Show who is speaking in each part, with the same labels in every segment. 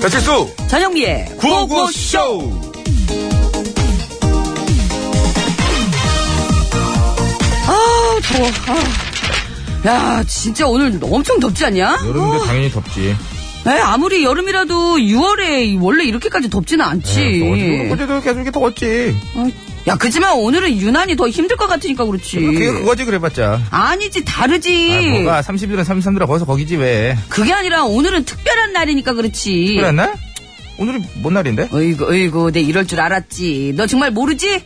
Speaker 1: 배칠수
Speaker 2: 전영미의 구호구쇼! 아, 더워. 아. 야, 진짜 오늘 엄청 덥지 않냐? 어?
Speaker 3: 여름인데 당연히 덥지.
Speaker 2: 에, 아무리 여름이라도 6월에 원래 이렇게까지 덥지는 않지.
Speaker 3: 네, 어제도 계속 이렇게 더웠지.
Speaker 2: 어? 야, 그지만 오늘은 유난히 더 힘들 것 같으니까 그렇지.
Speaker 3: 그게 그거지 그래봤자.
Speaker 2: 아니지,
Speaker 3: 아,
Speaker 2: 다르지.
Speaker 3: 뭐가 30도랑 33도라 거기서 거기지 왜.
Speaker 2: 그게 아니라 오늘은 특별한 날이니까 그렇지.
Speaker 3: 그래 날? 오늘이 뭔 날인데?
Speaker 2: 어이구, 어이구, 내 이럴 줄 알았지. 너 정말 모르지?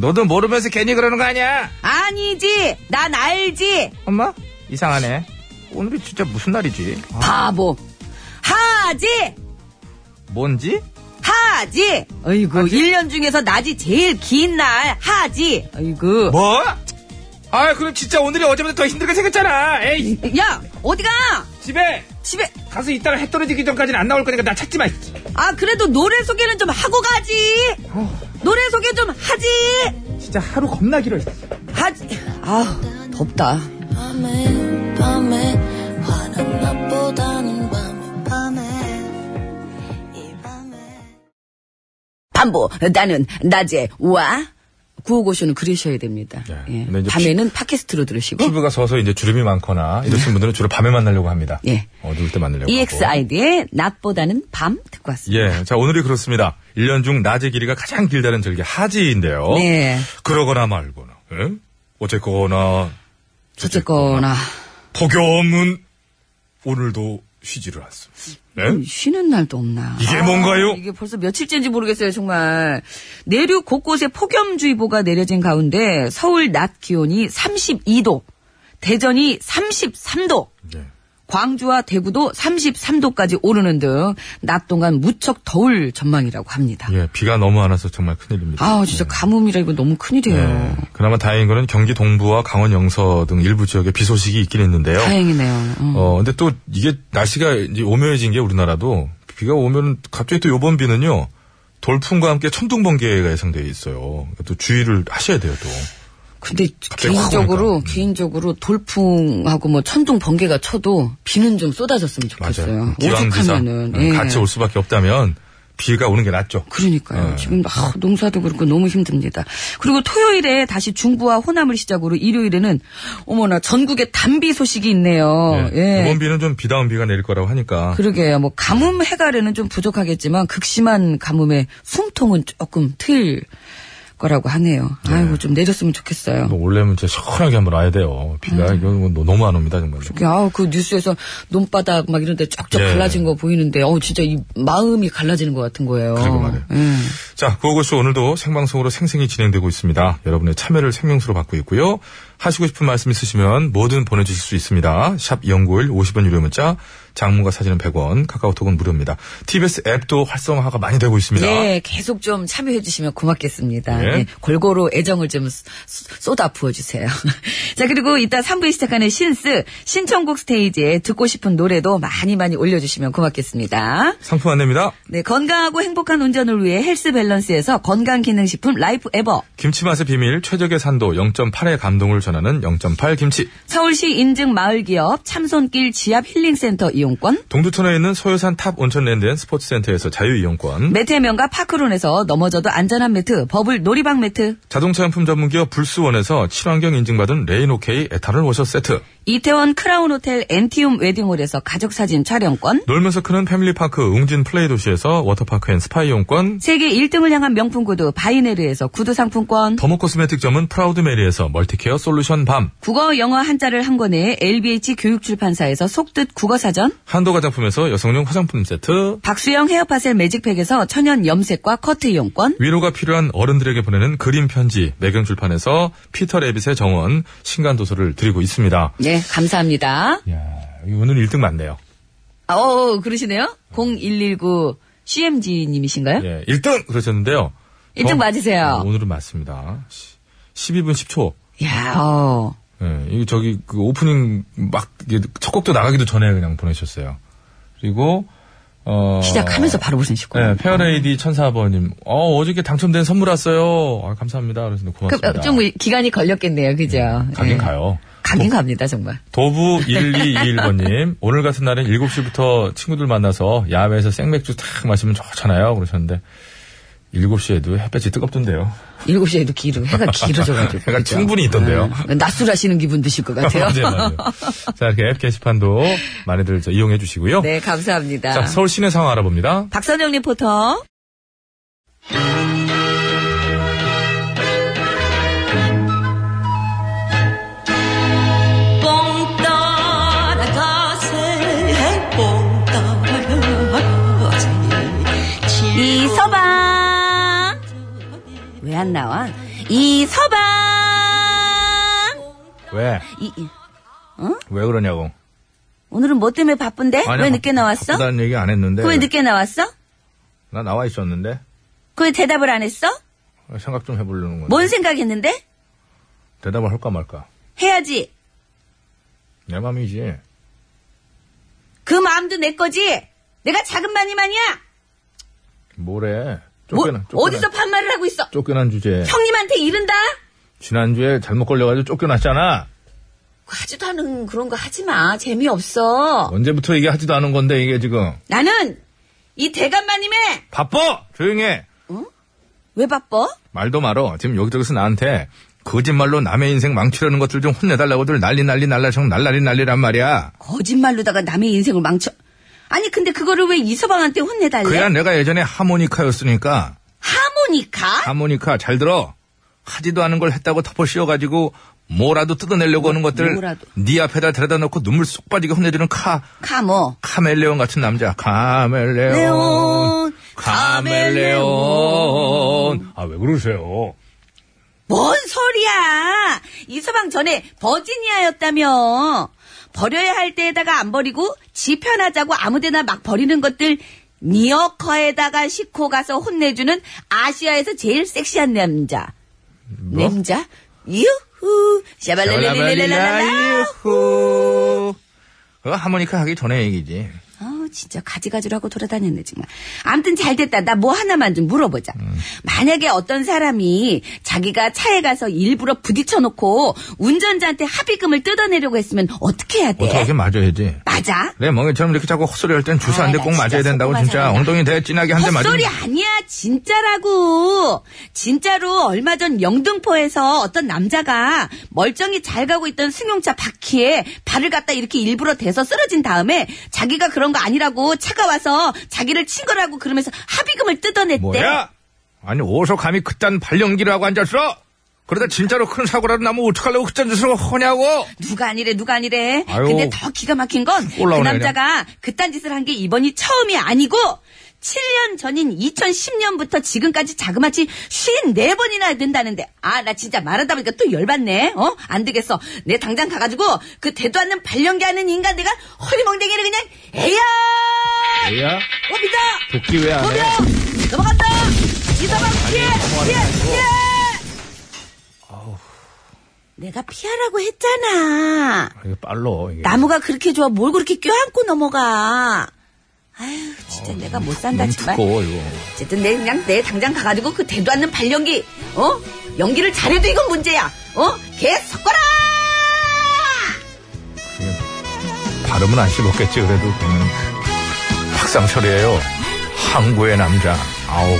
Speaker 3: 너도 모르면서 괜히 그러는 거 아니야?
Speaker 2: 아니지, 난 알지.
Speaker 3: 엄마? 이상하네. 오늘이 진짜 무슨 날이지? 아,
Speaker 2: 바보. 하지!
Speaker 3: 뭔지?
Speaker 2: 하지! 어이구, 1년 중에서 낮이 제일 긴 날, 하지! 어이구.
Speaker 3: 뭐? 아 그럼 진짜 오늘이 어제보다 더 힘들게 생겼잖아. 에이
Speaker 2: 야, 어디가!
Speaker 3: 집에
Speaker 2: 집에,
Speaker 3: 가서 이따가 해 떨어지기 전까지는 안 나올 거니까 나 찾지 마.
Speaker 2: 아, 그래도 노래 소개는 좀 하고 가지!
Speaker 3: 어.
Speaker 2: 노래 소개 좀 하지!
Speaker 3: 진짜 하루 겁나 길어.
Speaker 2: 하지! 아, 덥다.
Speaker 4: 밤에 밤에 화난 낮보다는 밤에 밤에 이 밤에
Speaker 2: 반보, 나는 낮에 와. 구호고쇼는 그러셔야 됩니다.
Speaker 5: 네.
Speaker 2: 예.
Speaker 5: 근데 이제 뭐
Speaker 2: 밤에는 팟캐스트로 들으시고.
Speaker 5: 피부가 서서 이제 주름이 많거나 이러신 분들은 주로 밤에 만나려고 합니다.
Speaker 2: 예.
Speaker 5: 어두울 때 만나려고.
Speaker 2: EX
Speaker 5: 하고.
Speaker 2: 아이디의 낮보다는 밤 듣고 왔습니다.
Speaker 5: 예. 자, 오늘이 그렇습니다. 1년 중 낮의 길이가 가장 길다는 절기 하지인데요.
Speaker 2: 네.
Speaker 5: 그러거나 말거나, 예? 어쨌거나,
Speaker 2: 어쨌거나.
Speaker 5: 폭염은 오늘도 쉬지를 않습니다.
Speaker 2: 음.
Speaker 5: 예?
Speaker 2: 쉬는 날도 없나. 아,
Speaker 5: 이게 뭔가요?
Speaker 2: 이게 벌써 며칠째인지 모르겠어요, 정말. 내륙 곳곳에 폭염주의보가 내려진 가운데 서울 낮 기온이 32도, 대전이 33도,
Speaker 5: 예.
Speaker 2: 광주와 대구도 33도까지 오르는 등 낮 동안 무척 더울 전망이라고 합니다.
Speaker 5: 예, 비가 너무 안 와서 정말 큰일입니다.
Speaker 2: 아, 진짜 가뭄이라 이거 너무 큰일이에요.
Speaker 5: 예. 그나마 다행인 거는 경기 동부와 강원 영서 등 일부 지역에 비 소식이 있긴 있는데요.
Speaker 2: 다행이네요. 음.
Speaker 5: 어, 근데 또 이게 날씨가 이제 오묘해진 게 우리나라도 비가 오면은 갑자기 또 요번 비는요. 돌풍과 함께 천둥 번개가 예상돼 있어요. 그러니까 또 주의를 하셔야 돼요, 또.
Speaker 2: 근데
Speaker 5: 갑자기 확
Speaker 2: 개인적으로
Speaker 5: 오니까.
Speaker 2: 개인적으로 돌풍하고 뭐 천둥 번개가 쳐도 비는 좀 쏟아졌으면
Speaker 5: 맞아요.
Speaker 2: 좋겠어요.
Speaker 5: 기왕비상
Speaker 2: 오죽하면은
Speaker 5: 예,
Speaker 2: 예.
Speaker 5: 같이 올 수밖에 없다면 비가 오는 게 낫죠.
Speaker 2: 그러니까요.
Speaker 5: 예.
Speaker 2: 지금 아, 농사도 그렇고 너무 힘듭니다. 그리고 토요일에 다시 중부와 호남을 시작으로 일요일에는 어머나 전국에 단비 소식이 있네요.
Speaker 5: 예.
Speaker 2: 예.
Speaker 5: 이번 비는 좀 비다운 비가 내릴 거라고 하니까
Speaker 2: 그러게요. 뭐 가뭄 해갈에는 좀 부족하겠지만 극심한 가뭄에 숨통은 조금 트일 거라고 하네요. 아이고 좀 내렸으면 좋겠어요.
Speaker 5: 뭐 올래면 진짜 시원하게 한번 와야 돼요. 비가
Speaker 2: 음.
Speaker 5: 이건 뭐 너무 안 옵니다, 정말.
Speaker 2: 아우 그 뉴스에서 논바닥 막 이런데 쫙쫙
Speaker 5: 예.
Speaker 2: 갈라진 거 보이는데 어 진짜 이 마음이 갈라지는 것 같은 거예요.
Speaker 5: 그러게 말이에요.
Speaker 2: 예.
Speaker 5: 자, 구호고쇼 오늘도 생방송으로 생생히 진행되고 있습니다. 여러분의 참여를 생명수로 받고 있고요. 하시고 싶은 말씀 있으시면 뭐든 보내주실 수 있습니다. 샵 0951, 50원 유료 문자, 장문과 사진은 100원, 카카오톡은 무료입니다. TBS 앱도 활성화가 많이 되고 있습니다.
Speaker 2: 네, 계속 좀 참여해 주시면 고맙겠습니다.
Speaker 5: 예.
Speaker 2: 네, 골고루 애정을 좀 쏟- 쏟아 부어 주세요. 자, 그리고 이따 3부에 시작하는 신스 신청곡 스테이지에 듣고 싶은 노래도 많이 많이 올려 주시면 고맙겠습니다.
Speaker 5: 상품 안내입니다.
Speaker 2: 네, 건강하고 행복한 운전을 위해 헬스 밸런스에서 건강 기능 식품 라이프 에버
Speaker 5: 김치 맛의 비밀, 최적의 산도 0.8의 감동을 전하는 0.8 김치.
Speaker 2: 서울시 인증 마을 기업 참손길 지압 힐링 센터 이용권
Speaker 5: 동두천에 있는 소요산 탑 온천랜드 앤 스포츠센터에서 자유이용권.
Speaker 2: 매트의 명가 파크론에서 넘어져도 안전한 매트, 버블 놀이방 매트,
Speaker 5: 자동차 용품 전문기업 불수원에서 친환경 인증받은 레인오케이 에탄올 워셔 세트.
Speaker 2: 이태원 크라운 호텔 엔티움 웨딩홀에서 가족 사진 촬영권,
Speaker 5: 놀면서 크는 패밀리파크 웅진 플레이 도시에서 워터파크 앤 스파 이용권,
Speaker 2: 세계 1등을 향한 명품 구두 바이네르에서 구두 상품권,
Speaker 5: 더모코스메틱점은 프라우드메리에서 멀티케어 솔루션 밤,
Speaker 2: 국어 영어 한자를 한 권에 LBH 교육출판사에서 속뜻 국어사전,
Speaker 5: 한도 화장품에서 여성용 화장품 세트,
Speaker 2: 박수영 헤어파셀 매직팩에서 천연 염색과 커트 이용권,
Speaker 5: 위로가 필요한 어른들에게 보내는 그림 편지, 매경출판에서 피터 레빗의 정원, 신간도서를 드리고 있습니다.
Speaker 2: 네, 감사합니다.
Speaker 5: 이야, 오늘 1등 맞네요.
Speaker 2: 아, 어, 어, 그러시네요? 0119 CMG님이신가요?
Speaker 5: 예, 1등! 그러셨는데요. 어,
Speaker 2: 네? 일등 맞으세요.
Speaker 5: 오늘은 맞습니다. 시- 12분 10초.
Speaker 2: 야, 어.
Speaker 5: 예, 이거 저기 그 오프닝 막 첫 곡도 나가기도 전에 그냥 보내셨어요. 그리고 어
Speaker 2: 시작하면서 바로 보내시고.
Speaker 5: 네, 페어레이디 천사버님. 어, 어저께 당첨된 선물 왔어요. 아, 감사합니다. 그러시는
Speaker 2: 그럼
Speaker 5: 고맙습니다. 음,
Speaker 2: 어, 좀 기간이 걸렸겠네요, 그죠?
Speaker 5: 가긴
Speaker 2: 예.
Speaker 5: 가요.
Speaker 2: 가긴 갑니다, 정말.
Speaker 5: 도부 1221번님, 오늘 같은 날은 7시부터 친구들 만나서 야외에서 생맥주 탁 마시면 좋잖아요. 그러셨는데, 7시에도 햇볕이 뜨겁던데요.
Speaker 2: 7시에도 길어, 해가 길어져가지고.
Speaker 5: 해가 충분히 있던데요.
Speaker 2: 아, 낮술하시는 기분 드실 것 같아요.
Speaker 5: 맞아요, 네. 맞아요. 자, 이렇게 앱 게시판도 많이들 저 이용해 주시고요.
Speaker 2: 네, 감사합니다.
Speaker 5: 자, 서울 시내 상황 알아봅니다.
Speaker 2: 박선영 리포터.
Speaker 6: 뽕 따라가세 뽕 따라가세
Speaker 2: 이서방! 왜 안 나와? 이서방!
Speaker 5: 왜?
Speaker 2: 이, 이-
Speaker 5: 왜 그러냐고.
Speaker 2: 오늘은 뭐 때문에 바쁜데? 왜 늦게 나왔어?
Speaker 5: 바쁘다는 얘기 안 했는데.
Speaker 2: 그 왜 늦게 나왔어?
Speaker 5: 나 나와 있었는데.
Speaker 2: 그 왜 대답을 안 했어?
Speaker 5: 생각 좀 해보려는 건데.
Speaker 2: 뭔 생각했는데?
Speaker 5: 대답을 할까 말까.
Speaker 2: 해야지.
Speaker 5: 내 맘이지.
Speaker 2: 그 마음도 내 거지. 내가 작은 마니만이야.
Speaker 5: 뭐래.
Speaker 2: 뭐,
Speaker 5: 쫓겨난, 쫓겨난-
Speaker 2: 어디서 반말을 하고 있어?
Speaker 5: 쫓겨난 주제에.
Speaker 2: 형님한테 이른다?
Speaker 5: 지난주에 잘못 걸려가지고 쫓겨났잖아.
Speaker 2: 하지도 않은 그런 거 하지 마. 재미없어.
Speaker 5: 언제부터 얘기하지도 않은 건데, 이게 지금.
Speaker 2: 나는 이 대감마님의
Speaker 5: 바빠! 조용해!
Speaker 2: 왜 바빠?
Speaker 5: 말도 말어. 지금 여기저기서 나한테 거짓말로 남의 인생 망치려는 것들 좀 혼내달라고들 난리 난리 날라청 날라리 난리란 말이야.
Speaker 2: 거짓말로다가 남의 인생을 망쳐. 아니 근데 그거를 왜 이서방한테 혼내달래?
Speaker 5: 그래야 내가 예전에 하모니카였으니까.
Speaker 2: 하모니카?
Speaker 5: 하모니카 잘 들어. 하지도 않은 걸 했다고 덮어 씌워가지고 뭐라도 뜯어내려고 하는 것들
Speaker 2: 뭐라도.
Speaker 5: 네 앞에다 데려다 놓고 눈물 쏙 빠지게 혼내주는 카
Speaker 2: 카모.
Speaker 5: 카멜레온 같은 남자. 카멜레온.
Speaker 2: 레온,
Speaker 5: 카멜레온. 아, 왜 그러세요?
Speaker 2: 뭔 소리야! 이서방 전에 버지니아였다며! 버려야 할 때에다가 안 버리고 지 편하자고 아무데나 막 버리는 것들 니어커에다가 싣고 가서 혼내주는 아시아에서 제일 섹시한 남자. 남자? 유후! 뭐? 샤발랄랄랄랄랄라!
Speaker 5: 후. 그거 하모니카 하기 전에 얘기지.
Speaker 2: 아 진짜 가지가지라고 돌아다녔네 정말. 암튼 잘 됐다. 나 뭐 하나만 좀 물어보자.
Speaker 5: 음.
Speaker 2: 만약에 어떤 사람이 자기가 차에 가서 일부러 부딪혀 놓고 운전자한테 합의금을 뜯어내려고 했으면 어떻게 해야 돼?
Speaker 5: 어떻게 맞아야지.
Speaker 2: 맞아?
Speaker 5: 내 멍에처럼 이렇게 자꾸 헛소리 할 땐 주사
Speaker 2: 아,
Speaker 5: 안 대
Speaker 2: 나
Speaker 5: 꼭 맞아야
Speaker 2: 진짜
Speaker 5: 된다고
Speaker 2: 속만
Speaker 5: 진짜
Speaker 2: 살았다.
Speaker 5: 엉덩이 대 진하게 한 대 맞으면
Speaker 2: 헛소리 아니야 진짜라고 진짜로 얼마 전 영등포에서 어떤 남자가 멀쩡히 잘 가고 있던 승용차 바퀴에 발을 갖다 이렇게 일부러 대서 쓰러진 다음에 자기가 그런 거 아니라고 차가 와서 자기를 친 거라고 그러면서 합의금을 뜯어냈대
Speaker 5: 뭐야? 아니 어디서 감히 그딴 발령기를 하고 앉았어? 그러다 진짜로 큰 사고라도 나면 어떡하려고 그딴 짓을 허냐고?
Speaker 2: 누가 아니래 누가 아니래
Speaker 5: 음? 아유.
Speaker 2: 근데 더 기가 막힌 건 그
Speaker 5: 올라오네,
Speaker 2: 남자가 그딴 짓을 한 게 이번이 처음이 아니고 7년 전인 2010년부터 지금까지 자그마치 54번이나 된다는데 아 나 진짜 말하다 보니까 또 열받네 어? 안 되겠어 내 당장 가가지고 그 대도 않는 발령기 하는 인간 내가 허리멍댕이를 그냥 에야 어,
Speaker 5: 뭐야?
Speaker 2: 오비다
Speaker 5: 도끼 왜 안 해?
Speaker 2: 오비야 넘어간다 이사방
Speaker 5: 아,
Speaker 2: 피해 피해 피해 내가 피하라고 했잖아
Speaker 5: 이거 빨로 이게.
Speaker 2: 나무가 그렇게 좋아 뭘 그렇게 껴안고 넘어가. 아유 진짜 내가 못 산다
Speaker 5: 너무
Speaker 2: 정말.
Speaker 5: 두꺼워 이거.
Speaker 2: 어쨌든 내 그냥 내 당장 가가지고 그 대도 않는 발연기 어 연기를 잘해도 이건 문제야. 어개 섞어라.
Speaker 5: 발음은 안 씹었겠지 그래도 그냥 학상 처리예요. 항구의 남자. 아우.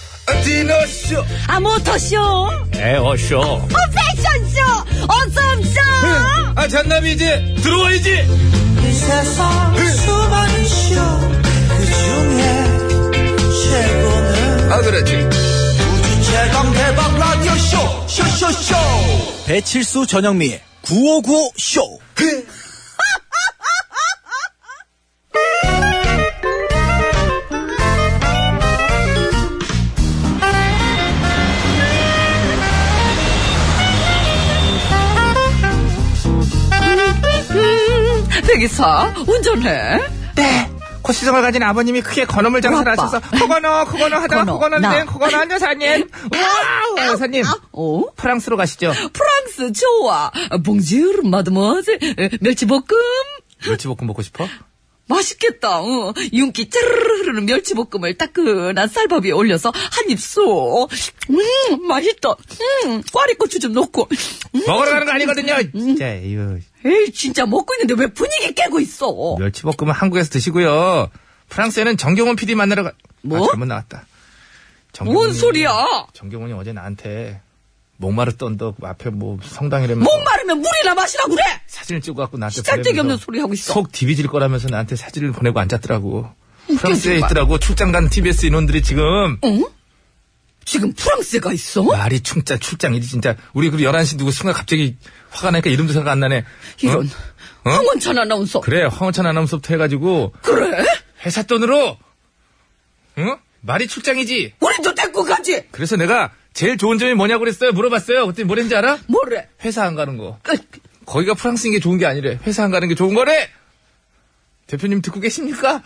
Speaker 5: 모터쇼
Speaker 2: 아, 모터쇼, 어,
Speaker 5: 네,
Speaker 7: 에어쇼.
Speaker 2: 패션쇼, 어썸쇼!
Speaker 7: 아, 잔남이 이제 들어와야지!
Speaker 4: 이 세상 수많은 쇼그 중에 최고는
Speaker 7: 아, 그렇지.
Speaker 4: 우주 최강 대박 라디오 쇼 쇼쇼쇼 배칠수 전영미 9595 쇼.
Speaker 2: 백이사, 운전해.
Speaker 5: 네 코시성을 가진 아버님이 크게 건어물 장사를
Speaker 2: 아빠.
Speaker 5: 하셔서 코건어 코건어 하다가
Speaker 2: 건어,
Speaker 5: 코건어
Speaker 2: 나. 아,
Speaker 5: 된 코건어 한 여사님 와우 여사님
Speaker 2: 어?
Speaker 5: 프랑스로 가시죠
Speaker 2: 프랑스, 좋아. 봉지르, 마드모아제, 멸치볶음.
Speaker 5: 멸치볶음 먹고 싶어?
Speaker 2: 맛있겠다. 어. 윤기 찌르르 흐르는 멸치볶음을 따끈한 쌀밥 위에 올려서 한 입 쏘. 음, 맛있다. 음, 꽈리고추 좀 넣고. 음,
Speaker 5: 먹으러 가는 거 아니거든요 진짜 이거
Speaker 2: 에이, 진짜 먹고 있는데 왜 분위기 깨고 있어?
Speaker 5: 네. 멸치볶음은 한국에서 드시고요 프랑스에는 정경훈 PD 만나러 가
Speaker 2: 뭐?
Speaker 5: 아, 잘못 나왔다
Speaker 2: 뭔
Speaker 5: 정경훈이-
Speaker 2: 소리야?
Speaker 5: 정경훈이 어제 나한테 목마르 떤덕 앞에 뭐 성당이라면서
Speaker 2: 목 마르면 물이나 마시라 그래!
Speaker 5: 사진을 찍어갖고 나한테
Speaker 2: 짝짝이 없는
Speaker 5: 보내면서
Speaker 2: 소리 하고 있어.
Speaker 5: 속 디비질 거라면서 나한테 사진을 보내고 앉았더라고 프랑스에
Speaker 2: 정말.
Speaker 5: 있더라고 출장 간 TBS 인원들이 지금
Speaker 2: 어? 지금 프랑스가 있어?
Speaker 5: 말이 충짜 출장이지 진짜 우리 그 11시 누구 순간 갑자기 화가 나니까 이름도 생각 안 나네 어?
Speaker 2: 이런.
Speaker 5: 어?
Speaker 2: 황원찬 아나운서.
Speaker 5: 그래 황원찬 아나운서부터 해가지고
Speaker 2: 그래?
Speaker 5: 회사 돈으로 응? 말이 출장이지
Speaker 2: 우리도 데리고 가지!
Speaker 5: 그래서 내가 제일 좋은 점이 뭐냐고 그랬어요 물어봤어요 그때 뭐랬는지 알아?
Speaker 2: 뭐래?
Speaker 5: 회사 안 가는 거
Speaker 2: 그,
Speaker 5: 거기가 프랑스인 게 좋은 게 아니래. 회사 안 가는 게 좋은 거래! 대표님 듣고 계십니까?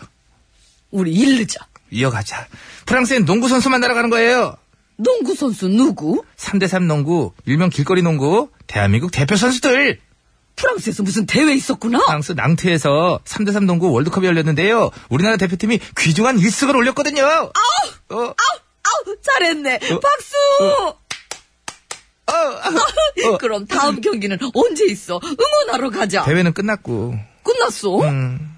Speaker 2: 우리 일르자.
Speaker 5: 이어가자. 프랑스엔 농구 선수 만나러 가는 거예요.
Speaker 2: 농구 선수 누구?
Speaker 5: 3대3 농구, 일명 길거리 농구, 대한민국 대표 선수들!
Speaker 2: 프랑스에서 무슨 대회 있었구나?
Speaker 5: 프랑스 낭트에서 3대3 농구 월드컵이 열렸는데요. 우리나라 대표팀이 귀중한 1승을 올렸거든요! 아우! 어,
Speaker 2: 아우, 잘했네. 박수!
Speaker 5: 어.
Speaker 2: 아, 그럼 다음 경기는 언제 있어? 응원하러 가자.
Speaker 5: 대회는 끝났고,
Speaker 2: 끝났어?
Speaker 5: 음,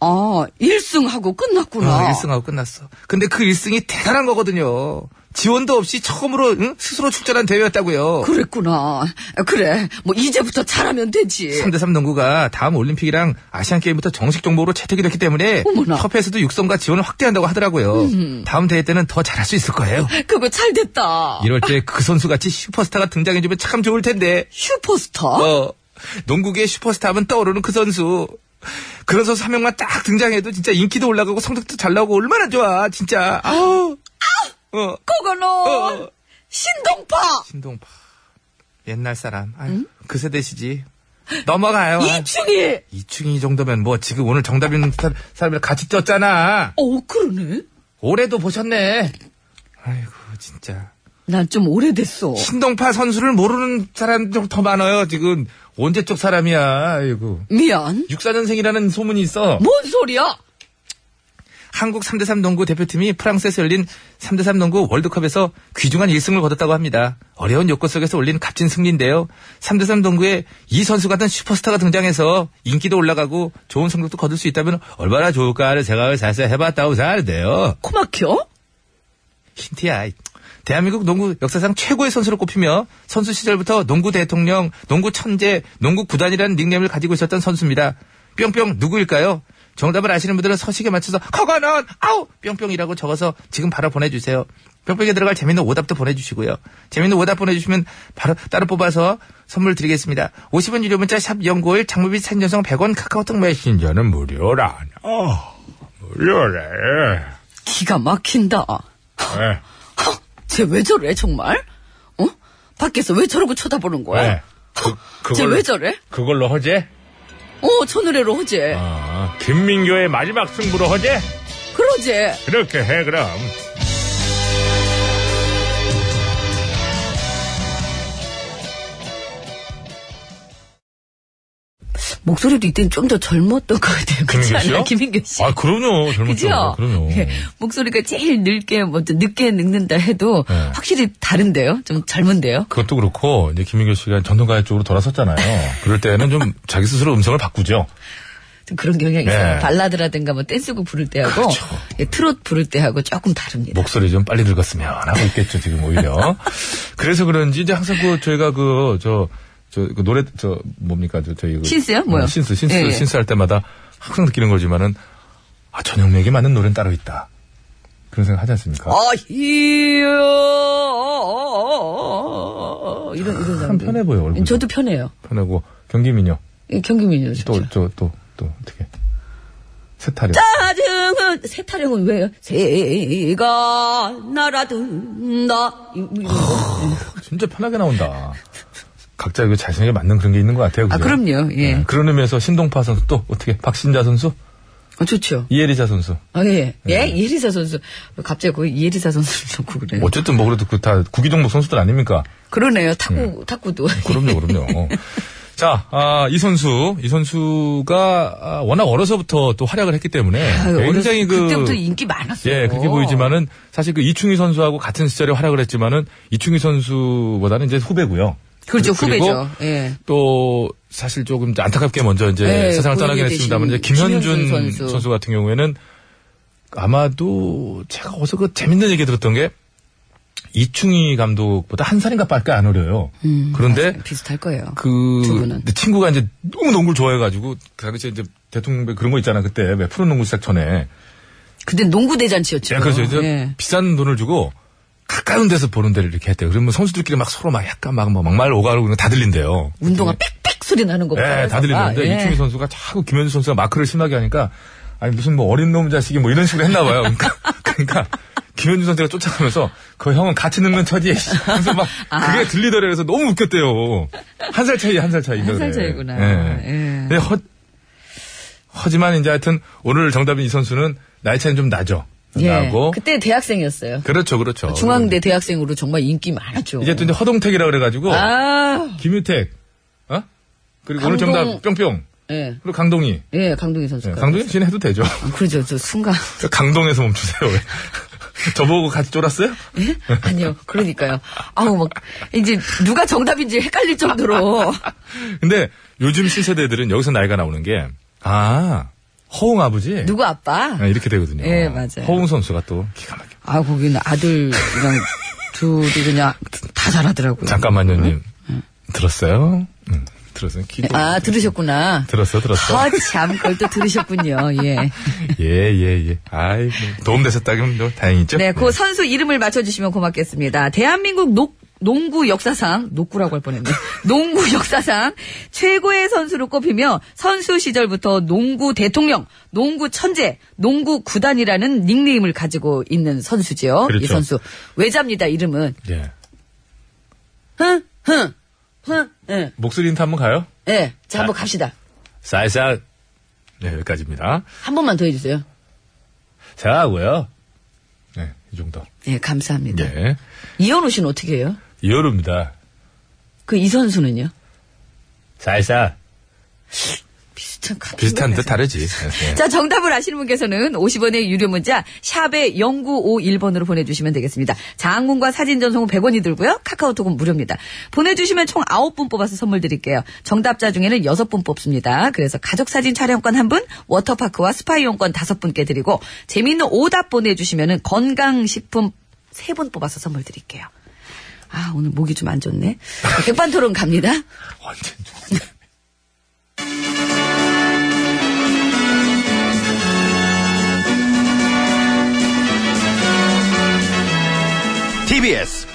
Speaker 2: 아, 1승하고
Speaker 5: 어,
Speaker 2: 끝났구나.
Speaker 5: 1승하고 끝났어. 근데 그 1승이 대단한 거거든요. 지원도 없이 처음으로, 응? 스스로 출전한 대회였다고요.
Speaker 2: 그랬구나. 그래. 뭐, 이제부터 잘하면 되지.
Speaker 5: 3대3 농구가 다음 올림픽이랑 아시안게임부터 정식 종목으로 채택이 됐기 때문에
Speaker 2: 어머나.
Speaker 5: 협회에서도 육성과 지원을 확대한다고 하더라고요. 다음 대회 때는 더 잘할 수 있을 거예요.
Speaker 2: 그거 잘 됐다.
Speaker 5: 이럴 때 그 선수같이 슈퍼스타가 등장해주면 참 좋을 텐데.
Speaker 2: 슈퍼스타?
Speaker 5: 어, 농구계의 슈퍼스타 하면 떠오르는 그 선수. 그런 선수 한 명만 딱 등장해도 진짜 인기도 올라가고 성적도 잘 나오고 얼마나 좋아. 진짜. 아우. 어,
Speaker 2: 그거는
Speaker 5: 어.
Speaker 2: 신동파
Speaker 5: 신동파. 옛날 사람. 아유, 그 세대시지. 넘어가요. 아유.
Speaker 2: 이충이.
Speaker 5: 이충이 정도면 뭐 지금 오늘 정답 있는 사- 사람이랑 같이 쪘잖아.
Speaker 2: 어 그러네.
Speaker 5: 올해도 보셨네. 아이고 진짜
Speaker 2: 난 좀 오래됐어.
Speaker 5: 신동파 선수를 모르는 사람 좀 더 많아요. 지금 언제 쪽 사람이야. 아이고
Speaker 2: 미안.
Speaker 5: 64년생이라는 소문이 있어.
Speaker 2: 뭔 소리야?
Speaker 5: 한국 3대3 농구 대표팀이 프랑스에서 열린 3대3 농구 월드컵에서 귀중한 1승을 거뒀다고 합니다. 어려운 요건 속에서 올린 값진 승리인데요. 3대3 농구에 이 선수 같은 슈퍼스타가 등장해서 인기도 올라가고 좋은 성적도 거둘 수 있다면 얼마나 좋을까를 생각을 자세히 해봤다고 생각하는데요.
Speaker 2: 코막혀?
Speaker 5: 힌트야. 대한민국 농구 역사상 최고의 선수로 꼽히며 선수 시절부터 농구 대통령, 농구 천재, 농구 구단이라는 닉네임을 가지고 있었던 선수입니다. 뿅뿅 누구일까요? 정답을 아시는 분들은 서식에 맞춰서 커가는 아우 뿅뿅이라고 적어서 지금 바로 보내주세요. 뿅뿅에 들어갈 재밌는 오답도 보내주시고요. 재밌는 오답 보내주시면 바로 따로 뽑아서 선물 드리겠습니다. 50원 유료 문자 샵 연구일 장무비 산전성 100원 카카오톡 메신저는 무료라.
Speaker 8: 어, 무료래.
Speaker 2: 기가 막힌다.
Speaker 8: 왜?
Speaker 2: 쟤 왜 저래 정말? 어? 밖에서 왜 저러고 쳐다보는 거야?
Speaker 8: 왜? 그,
Speaker 2: 쟤
Speaker 8: 그걸로,
Speaker 2: 왜 저래?
Speaker 8: 그걸로 허재?
Speaker 2: 어, 저 노래로 허재.
Speaker 8: 아, 김민교의 마지막 승부로 허재?
Speaker 2: 그러지.
Speaker 8: 그렇게 해, 그럼.
Speaker 2: 목소리도 이때는 좀 더 젊었던 것 같아요. 그렇지
Speaker 8: 김민교
Speaker 2: 않아?
Speaker 8: 씨요?
Speaker 2: 김민교 씨.
Speaker 8: 아, 그럼요. 젊었죠.
Speaker 2: 그죠?
Speaker 8: 그럼요.
Speaker 2: 예, 목소리가 제일 늙게, 먼저 늦게 늙는다 해도
Speaker 8: 네.
Speaker 2: 확실히 다른데요? 좀 젊은데요?
Speaker 8: 그것도 그렇고 이제 김민교 씨가 전통가요 쪽으로 돌아섰잖아요. 그럴 때는 좀 자기 스스로 음성을 바꾸죠.
Speaker 2: 좀 그런 경향이
Speaker 5: 네.
Speaker 8: 예.
Speaker 2: 있어요. 발라드라든가 뭐 댄스곡 부를 때하고
Speaker 8: 그렇죠.
Speaker 2: 예, 트롯 부를 때하고 조금 다릅니다.
Speaker 5: 목소리 좀 빨리 늙었으면 하고 있겠죠 지금 오히려 그래서 그런지 이제 항상 그 저희가 그 저 저 그 노래 저 뭡니까 저 저희 그
Speaker 2: 신스요? 뭐요?
Speaker 5: 어, 신스 신스
Speaker 2: 예, 예.
Speaker 5: 신스 할 때마다 항상 느끼는 거지만은 아 전영미에게 맞는 노래는 따로 있다 그런 생각 하지 않습니까?
Speaker 2: 아, 히요. 이런, 이런
Speaker 5: 참
Speaker 2: 사람들.
Speaker 5: 편해 보여 얼굴
Speaker 2: 저도 편해요.
Speaker 5: 편하고 경기민요
Speaker 2: 예, 경기민요. 진짜.
Speaker 5: 또 저 또 또 어떻게 세타령
Speaker 2: 짜증은 세타령은 왜요? 새가 날아든다. 이- 뭐 이- 이런 거.
Speaker 5: 진짜 편하게 나온다. 각자 그 자신에게 맞는 그런 게 있는 것 같아요. 그죠?
Speaker 2: 아, 그럼요. 예.
Speaker 5: 네, 그런 의미에서 신동파 선수 또 어떻게 박신자 선수
Speaker 2: 어, 좋죠.
Speaker 5: 아, 이예리자 선수
Speaker 2: 아, 예. 예? 이혜리사 선수. 갑자기 그 이혜리사 선수를 놓고 그래요.
Speaker 5: 어쨌든 뭐 음. 그래도 그 다 구기종목 선수들 아닙니까?
Speaker 2: 그러네요. 탁구, 탁구도.
Speaker 5: 그럼요,
Speaker 2: 네.
Speaker 5: 그럼요. 자, 아, 이 선수, 이 선수가 아, 워낙 어려서부터 또 활약을 했기 때문에
Speaker 2: 아유,
Speaker 5: 굉장히
Speaker 2: 어렸을-
Speaker 5: 그
Speaker 2: 그때부터 인기 많았어요.
Speaker 5: 예, 그렇게 보이지만은 사실 그 이충희 선수하고 같은 시절에 활약을 했지만은 이충희 선수보다는 이제 후배고요.
Speaker 2: 그렇죠.
Speaker 5: 그리고
Speaker 2: 후배죠. 예.
Speaker 5: 또 사실 조금 이제 안타깝게 먼저 이제
Speaker 2: 네,
Speaker 5: 세상을 떠나긴
Speaker 2: 고인이
Speaker 5: 했습니다만 이제
Speaker 2: 되신
Speaker 5: 김현준
Speaker 2: 김현준
Speaker 5: 선수.
Speaker 2: 선수.
Speaker 5: 같은 경우에는 아마도 제가 어서 그 재밌는 얘기 들었던 게 이충희 감독보다 한 살인가 빨까 안 어려요. 그런데
Speaker 2: 비슷할 거예요.
Speaker 5: 그
Speaker 2: 음, 두 분은.
Speaker 5: 내 친구가 이제 너무 농구를 좋아해가지고 그 당시에 이제 대통령 그런 거 있잖아 그때 왜 프로농구 시작 전에
Speaker 2: 근데 농구 대잔치였죠.
Speaker 5: 예, 그렇죠. 이제
Speaker 2: 예.
Speaker 5: 비싼 돈을 주고 가까운 데서 보는 데를 이렇게 했대요. 그러면 선수들끼리 막 서로 막 약간 막 뭐 막말 오가고 그런 거 다 들린대요.
Speaker 2: 운동화 빽빽 소리 나는 거. 아,
Speaker 5: 예, 다 들리는데 이충희 선수가 자꾸 김현수 선수가 마크를 심하게 하니까 아니 무슨 뭐 어린 놈 자식이 뭐 이런 식으로 했나 봐요. 그러니까 그러니까 김현주 선수가 쫓아가면서 그 형은 같이 늙는 처지에 그래서 막
Speaker 2: 아.
Speaker 5: 그게 들리더래 그래서 너무 웃겼대요. 한 살 차이 한 살 차이
Speaker 2: 한살 차이구나.
Speaker 5: 예.
Speaker 2: 예.
Speaker 5: 근데 허, 하지만 이제 하여튼 오늘 정답인 이 선수는 나이 차이는 좀 나죠.
Speaker 2: 예.
Speaker 5: 나고
Speaker 2: 그때 대학생이었어요.
Speaker 5: 그렇죠 그렇죠.
Speaker 2: 중앙대 대학생으로 정말 인기 많았죠.
Speaker 5: 이제 또 이제 허동택이라 그래가지고
Speaker 2: 아,
Speaker 5: 김유택 어 그리고 오늘
Speaker 2: 강동-
Speaker 5: 정답 뿅뿅
Speaker 2: 예.
Speaker 5: 그리고 강동희
Speaker 2: 예, 강동희 선수가.
Speaker 5: 네, 강동희 씨는 해도 되죠.
Speaker 2: 아, 그러죠. 저 순간.
Speaker 5: 강동에서 멈추세요. 왜? 저보고 같이 쫄았어요?
Speaker 2: 예? 아니요. 그러니까요. 아우, 막, 이제 누가 정답인지 헷갈릴 정도로.
Speaker 5: 근데 요즘 신세대들은 여기서 나이가 나오는 게, 아, 허웅 아버지?
Speaker 2: 누구 아빠?
Speaker 5: 아, 이렇게 되거든요.
Speaker 2: 예, 맞아요.
Speaker 5: 허웅 선수가 또 기가 막혀.
Speaker 2: 아, 거기는 아들이랑 둘이 그냥 다 잘하더라고요.
Speaker 5: 잠깐만요, 님. 들었어요? 응, 들었어요. 기-
Speaker 2: 아, 들으셨구나.
Speaker 5: 들었어, 들었어.
Speaker 2: 아, 참, 그걸 또 들으셨군요. 예.
Speaker 5: 예, 예, 예. 아이, 뭐, 도움 되셨다면 뭐 다행이죠?
Speaker 2: 네, 그 선수 이름을 맞춰주시면 고맙겠습니다. 대한민국 녹, 농구 역사상, 농구라고 할 뻔했네. 농구 역사상 최고의 선수로 꼽히며 선수 시절부터 농구 대통령, 농구 천재, 농구 구단이라는 닉네임을 가지고 있는 선수지요. 이
Speaker 5: 그렇죠.
Speaker 2: 선수. 외자입니다, 이름은.
Speaker 5: 예.
Speaker 2: 흥, 흥, 흥, 예,
Speaker 5: 목소리 힌트 한번 가요?
Speaker 2: 예. 자,
Speaker 5: 아.
Speaker 2: 한번 갑시다.
Speaker 5: 쌀쌀. 네, 여기까지입니다.
Speaker 2: 한 번만 더 해주세요.
Speaker 5: 잘 하고요. 네, 이 정도.
Speaker 2: 예, 감사합니다.
Speaker 5: 예.
Speaker 2: 이현우 씨는 어떻게 해요?
Speaker 5: 여름입니다.
Speaker 2: 그 이 선수는요?
Speaker 5: 쌀쌀.
Speaker 2: 비슷한 같은
Speaker 5: 비슷한
Speaker 2: 맥락에서.
Speaker 5: 듯 다르지. 네.
Speaker 2: 자, 정답을 아시는 분께서는 50원의 유료 문자 샵에 0951번으로 보내주시면 되겠습니다. 장문과 사진 전송은 100원이 들고요. 카카오톡은 무료입니다. 보내주시면 총 9분 뽑아서 선물 드릴게요. 정답자 중에는 6분 뽑습니다. 그래서 가족사진 촬영권 1분, 워터파크와 스파이용권 5분께 드리고 재미있는 오답 보내주시면 건강식품 3분 뽑아서 선물 드릴게요. 아, 오늘 목이 좀 안 좋네. 백반토론 갑니다.
Speaker 5: 완전 좋아.
Speaker 7: TBS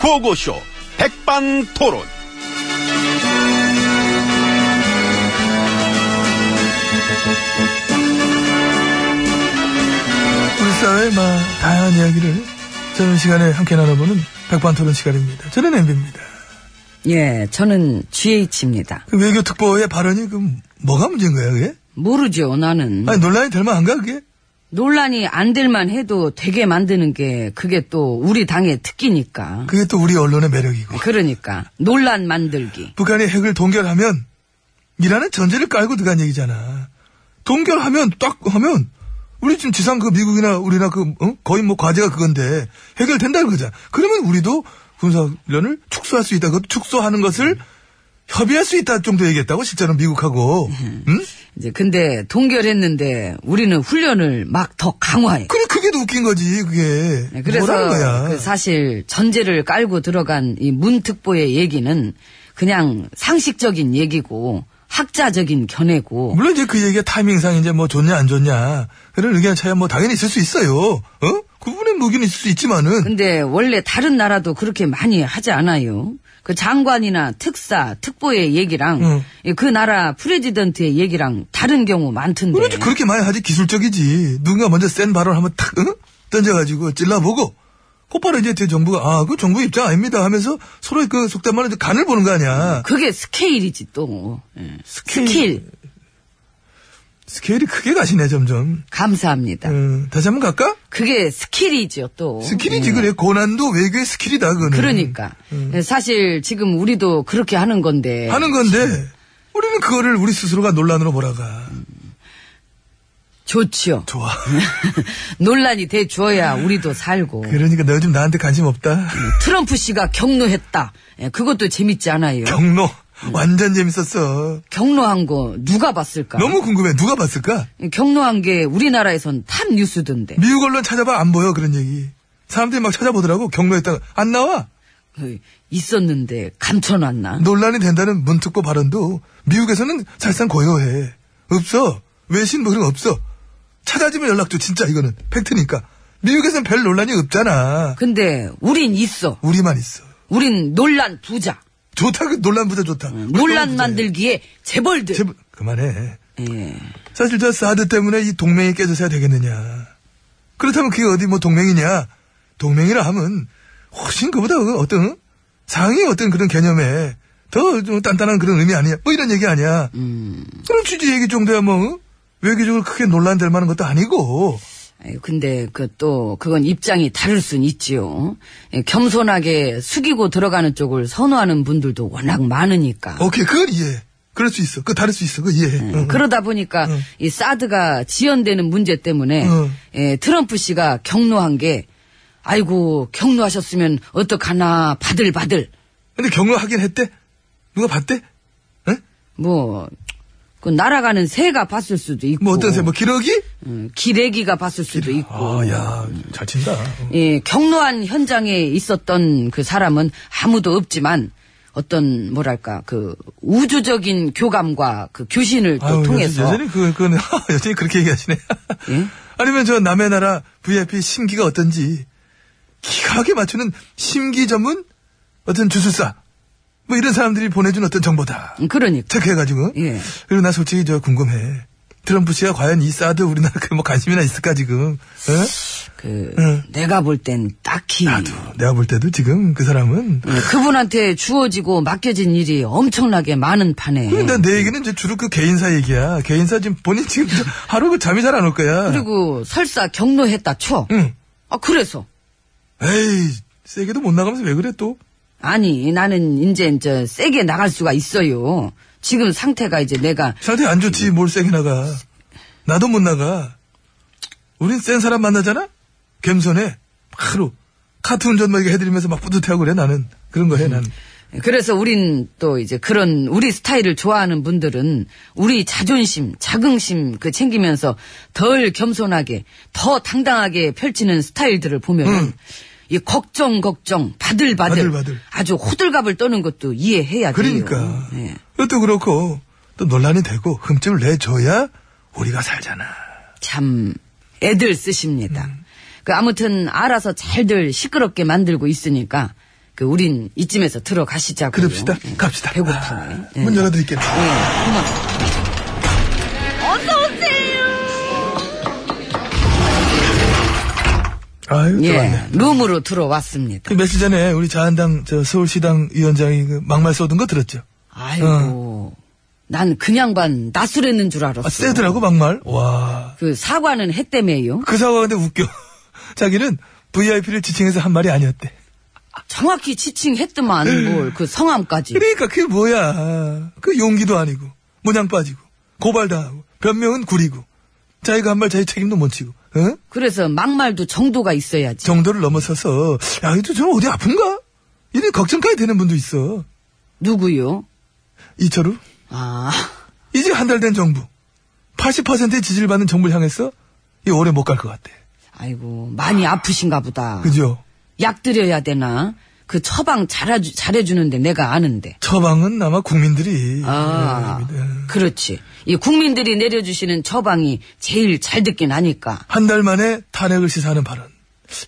Speaker 7: 고고쇼 백반토론.
Speaker 9: 우리 사회의 마, 다양한 이야기를 저는 시간에 함께 나눠보는 백반토론 시간입니다. 저는 엠비입니다.
Speaker 2: 예, 저는 GH입니다.
Speaker 9: 그 외교특보의 발언이 그 뭐가 문제인 거야 그게?
Speaker 2: 모르죠, 나는.
Speaker 9: 아니 논란이 될 만한가 그게?
Speaker 2: 논란이 안 될만 해도 되게 만드는 게 그게 또 우리 당의 특기니까.
Speaker 9: 그게 또 우리 언론의 매력이고
Speaker 2: 그러니까 논란 만들기.
Speaker 9: 북한이 핵을 동결하면 이라는 전제를 깔고 들어간 얘기잖아. 동결하면 딱 하면 우리 지금 지상 그 미국이나 우리나 그 어? 거의 뭐 과제가 그건데 해결된다 그거잖아. 그러면 우리도 군사훈련을 축소할 수 있다. 그 축소하는 것을 협의할 수 있다 정도 얘기했다고 실제로 미국하고.
Speaker 2: 음.
Speaker 9: 응?
Speaker 2: 이제 근데 동결했는데 우리는 훈련을 막 더 강화해.
Speaker 9: 그럼 그게 더 웃긴 거지 그게.
Speaker 2: 네,
Speaker 9: 뭐라는 거야.
Speaker 2: 그래서 그 사실 전제를 깔고 들어간 이 문특보의 얘기는 그냥 상식적인 얘기고 학자적인 견해고
Speaker 9: 물론 이제 그 얘기가 타이밍상 이제 뭐 좋냐 안 좋냐 그런 의견 차이 뭐 당연히 있을 수 있어요. 어? 그 부분에 뭐 의견이 있을 수 있지만은
Speaker 2: 근데 원래 다른 나라도 그렇게 많이 하지 않아요. 그 장관이나 특사, 특보의 얘기랑
Speaker 9: 응.
Speaker 2: 이그 나라 프레지던트의 얘기랑 다른 경우 많던데.
Speaker 9: 그렇지 그렇게 많이 하지 기술적이지. 누군가 먼저 센 발언 하면 탁 응? 던져가지고 찔러보고 곧바로 이제 대 정부가 아 그 정부 입장 아닙니다 하면서 서로의 그 속담 말로 이제 간을 보는 거 아니야.
Speaker 2: 그게 스케일이지 또. 예. 스케일.
Speaker 9: 스케일이 크게 가시네 점점.
Speaker 2: 감사합니다.
Speaker 9: 음, 다시 한번 갈까?
Speaker 2: 그게 스킬이죠 또.
Speaker 9: 스킬이지
Speaker 2: 예.
Speaker 9: 그래 고난도 외교의 스킬이다 그거는.
Speaker 2: 그러니까 사실 지금 우리도 그렇게 하는 건데
Speaker 9: 하는 건데 우리는 그거를 우리 스스로가 논란으로 몰아가.
Speaker 2: 좋죠.
Speaker 9: 좋아.
Speaker 2: 논란이 돼 줘야 우리도 살고.
Speaker 9: 그러니까 너 요즘 나한테 관심 없다.
Speaker 2: 트럼프 씨가 경로했다. 예, 그것도 재밌지 않아요.
Speaker 9: 경로
Speaker 2: 네.
Speaker 9: 완전 재밌었어.
Speaker 2: 경로한 거 누가 봤을까?
Speaker 9: 너무 궁금해. 누가 봤을까?
Speaker 2: 경로한 게 우리나라에선 탑 뉴스던데.
Speaker 9: 미국 언론 찾아봐 안 보여 그런 얘기. 사람들이 막 찾아보더라고 경로했다가 안 나와
Speaker 2: 그, 있었는데 감춰놨나?
Speaker 9: 논란이 된다는 문특보 발언도 미국에서는 사실상 고요해. 없어 외신 뭐 그런 거 없어. 찾아지면 연락 줘 진짜 이거는 팩트니까. 미국에서는 별 논란이 없잖아.
Speaker 2: 근데 우린 있어.
Speaker 9: 우리만 있어.
Speaker 2: 우린 논란 부자.
Speaker 9: 좋다 그 논란 부자 좋다.
Speaker 2: 네, 음, 논란 만들기에 재벌들.
Speaker 9: 제발 그만해.
Speaker 2: 예.
Speaker 9: 사실 저 사드 때문에 이 동맹이 깨져서야 되겠느냐. 그렇다면 그게 어디 뭐 동맹이냐. 동맹이라 하면 훨씬 그보다 그 어떤 상위 어떤 그런 개념에 더좀 단단한 그런 의미 아니야. 뭐 이런 얘기 아니야. 그런 취지 얘기 정도야 뭐 어? 외교적으로 크게 논란될 만한 것도 아니고.
Speaker 2: 아유, 근데 그 또 그건 입장이 다를 순 있지요. 예, 겸손하게 숙이고 들어가는 쪽을 선호하는 분들도 워낙 많으니까.
Speaker 9: 오케이 그건 이해. 그럴 수 있어. 그거 다를 수 있어. 그거 이해해.
Speaker 2: 음.
Speaker 9: 응.
Speaker 2: 그러다 보니까
Speaker 9: 음.
Speaker 2: 이 사드가 지연되는 문제 때문에
Speaker 9: 응.
Speaker 2: 예, 트럼프 씨가 경로한 게 아이고 경로하셨으면 어떡하나 바들바들
Speaker 9: 근데 경로하긴 했대? 누가 봤대?
Speaker 2: 뭐. 그 날아가는 새가 봤을 수도 있고
Speaker 9: 뭐 어떤 새, 뭐 기러기?
Speaker 2: 음, 기레기가 봤을 수도 있고
Speaker 9: 아, 야, 잘 친다. 어.
Speaker 2: 예, 경로한 현장에 있었던 그 사람은 아무도 없지만 어떤 뭐랄까 그 우주적인 교감과 그 교신을 또
Speaker 9: 아유,
Speaker 2: 통해서
Speaker 9: 여전히, 여전히 그, 그건, 여전히 그렇게 얘기하시네.
Speaker 2: 예?
Speaker 9: 아니면 저 남의 나라 VIP 심기가 어떤지, 기가하게 맞추는 심기 전문 어떤 주술사, 뭐 이런 사람들이 보내준 어떤 정보다.
Speaker 2: 음, 그러니까
Speaker 9: 체크해가지고.
Speaker 2: 예.
Speaker 9: 그리고 나 솔직히 저 궁금해. 트럼프 씨가 과연 이 사드 우리나라 그뭐 관심이나 있을까 지금? 어?
Speaker 2: 그
Speaker 9: 응.
Speaker 2: 내가 볼 땐 딱히
Speaker 9: 내가 볼 때도 지금 그 사람은.
Speaker 2: 예, 그분한테 주어지고 맡겨진 일이 엄청나게 많은 판에
Speaker 9: 근데 내 얘기는 이제 주로 그 개인사 얘기야. 개인사 지금 본인 지금 저 하루 그 잠이 잘 안 올 거야.
Speaker 2: 그리고 설사 경로했다 쳐.
Speaker 9: 응.
Speaker 2: 아 그래서
Speaker 9: 에이 세게도 못 나가면서 왜 그래 또?
Speaker 2: 아니 나는 이제 이제 세게 나갈 수가 있어요. 지금 상태가 이제 내가
Speaker 9: 상태 안
Speaker 2: 음.
Speaker 9: 좋지 뭘 세게 나가 나도 못 나가 우린 센 사람 만나잖아 겸손해 바로 카트 운전 막 이렇게 해드리면서 막 뿌듯해하고 그래 나는 그런 거 해
Speaker 2: 음.
Speaker 9: 나는
Speaker 2: 그래서 우린 또 이제 그런 우리 스타일을 좋아하는 분들은 우리 자존심, 자긍심 그 챙기면서 덜 겸손하게, 더 당당하게 펼치는 스타일들을 보면은 이 걱정 걱정 바들바들,
Speaker 9: 음. 바들바들.
Speaker 2: 아주 호들갑을 떠는 것도 이해해야 돼요.
Speaker 9: 그러니까
Speaker 2: 예.
Speaker 9: 그것도 그렇고 또 논란이 되고 흠집을 내줘야 우리가 살잖아
Speaker 2: 참 애들 쓰십니다.
Speaker 9: 음.
Speaker 2: 그 아무튼 알아서 잘들 시끄럽게 만들고 있으니까 그 우린 이쯤에서 들어가시자고요.
Speaker 9: 그럽시다
Speaker 2: 예.
Speaker 9: 갑시다
Speaker 2: 배고프네.
Speaker 9: 아,
Speaker 2: 예.
Speaker 9: 문 열어드릴게요
Speaker 2: 예, 고마워.
Speaker 9: 아유
Speaker 2: 예,
Speaker 9: 들어왔네
Speaker 2: 룸으로 들어왔습니다.
Speaker 9: 그 며칠 전에 우리 자한당 저 서울시당 위원장이 그 막말 쏟은 거 들었죠
Speaker 2: 아이고, 난 그냥 반 나술했는 줄 알았어.
Speaker 9: 어. 아 세더라고 막말 와
Speaker 2: 그 사과는 했다며요.
Speaker 9: 그 상황 근데 웃겨. 자기는 VIP를 지칭해서 한 말이 아니었대.
Speaker 2: 정확히 지칭했더만
Speaker 9: 음.
Speaker 2: 뭘 그 성함까지.
Speaker 9: 그러니까 그게 뭐야. 그 용기도 아니고, 모양 빠지고, 고발당하고, 변명은 구리고, 자기가 한 말 자기 책임도 못 지고, 어?
Speaker 2: 그래서 막말도 정도가 있어야지.
Speaker 9: 정도를 넘어서서, 야, 이거 좀 어디 아픈가? 이런 걱정까지 되는 분도 있어.
Speaker 2: 누구요?
Speaker 9: 이철우,
Speaker 2: 아,
Speaker 9: 이제 한 달 된 정부. 80%의 지지를 받는 정부를 향해서 이 오래 못 갈 것 같대.
Speaker 2: 아이고, 많이 아프신가 보다.
Speaker 9: 그죠?
Speaker 2: 약 드려야 되나? 그 처방 잘해주, 잘해주는데 내가 아는데.
Speaker 9: 처방은 아마 국민들이. 네,
Speaker 2: 아, 그렇지. 이 국민들이 내려주시는 처방이 제일 잘 듣긴 하니까.
Speaker 9: 한 달 만에 탄핵을 시사하는 발언.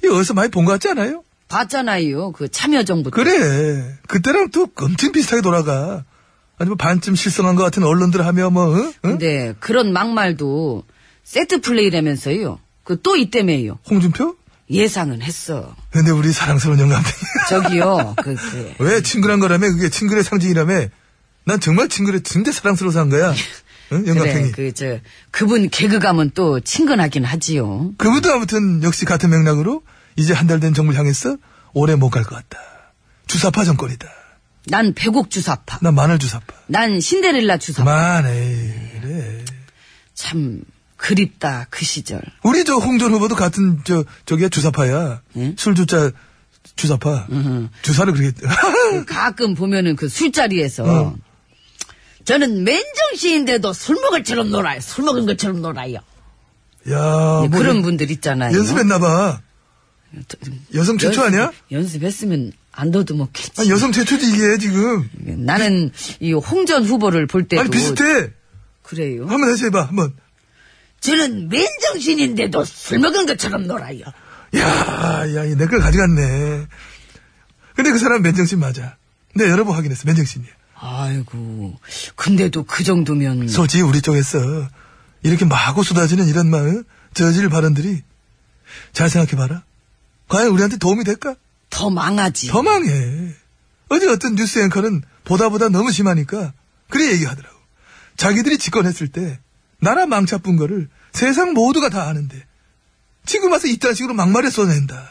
Speaker 9: 이 어디서 많이 본 것 같지 않아요?
Speaker 2: 봤잖아요. 그 참여정부. 때.
Speaker 9: 그래. 그때랑 또 엄청 비슷하게 돌아가. 아니 뭐 반쯤 실성한 것 같은 언론들 하며 뭐. 응? 응?
Speaker 2: 근데 그런 막말도 세트 플레이라면서요. 그 또 이때매요.
Speaker 9: 홍준표?
Speaker 2: 예상은 했어.
Speaker 9: 근데 우리 사랑스러운 영감님.
Speaker 2: 저기요. 그, 그,
Speaker 9: 왜 친근한 거라며 그게 친근의 상징이라며 난 정말 친근해 진짜 사랑스러워서 한 거야 응?
Speaker 2: 그래,
Speaker 9: 영감탱이 그...
Speaker 2: 그, 저, 그분 개그감은 또 친근하긴 하지요.
Speaker 9: 분도 아무튼 역시 같은 맥락으로 이제 한 달 된 정부를 향해서 오래 못 갈 것 같다 주사파 정권이다
Speaker 2: 난 배곡 주사파.
Speaker 9: 난 마늘 주사파
Speaker 2: 난 신데렐라 주사파.
Speaker 9: 그만 에이 그래
Speaker 2: 참, 그립다, 그 시절.
Speaker 9: 우리 저 홍 전 후보도 같은 저 저기야 주사파야
Speaker 2: 응?
Speaker 9: 술주자 주사파 주사를 그렇게
Speaker 2: 그 가끔 보면은 그 술자리에서
Speaker 9: 어.
Speaker 2: 저는 맨정신인데도 술 먹을 처럼 놀아요. 술 먹은 것처럼 놀아요.
Speaker 9: 어, 야뭐
Speaker 2: 예, 그런 분들 있잖아요.
Speaker 9: 연습했나봐 여성 최초 아니야?
Speaker 2: 연습했으면 안뭐 더듬었겠지.
Speaker 9: 아니, 여성 최초지 이게 지금
Speaker 2: 나는 이 홍전 후보를 볼 때도
Speaker 9: 아니 비슷해 아.
Speaker 2: 그래요.
Speaker 9: 한번 다시 해봐 한번
Speaker 2: 저는 맨정신인데도 술 먹은 것처럼 놀아요.
Speaker 9: 야, 야, 내 걸 가져갔네. 근데 그 사람 맨정신 맞아. 근데 여러 번 확인했어. 맨정신이야.
Speaker 2: 음. 아이고, 근데도 그 정도면
Speaker 9: 솔직히 우리 쪽에서 이렇게 마구 쏟아지는 이런 말, 저질 발언들이 잘 생각해봐라. 과연 우리한테 도움이 될까?
Speaker 2: 더 망하지.
Speaker 9: 더 망해. 어제 어떤 뉴스 앵커는 보다 보다 너무 심하니까 그래 얘기하더라고. 자기들이 집권했을 때 나라 망쳐뿐 거를 세상 모두가 다 아는데 지금 와서 이딴 식으로 막말에 쏘낸다.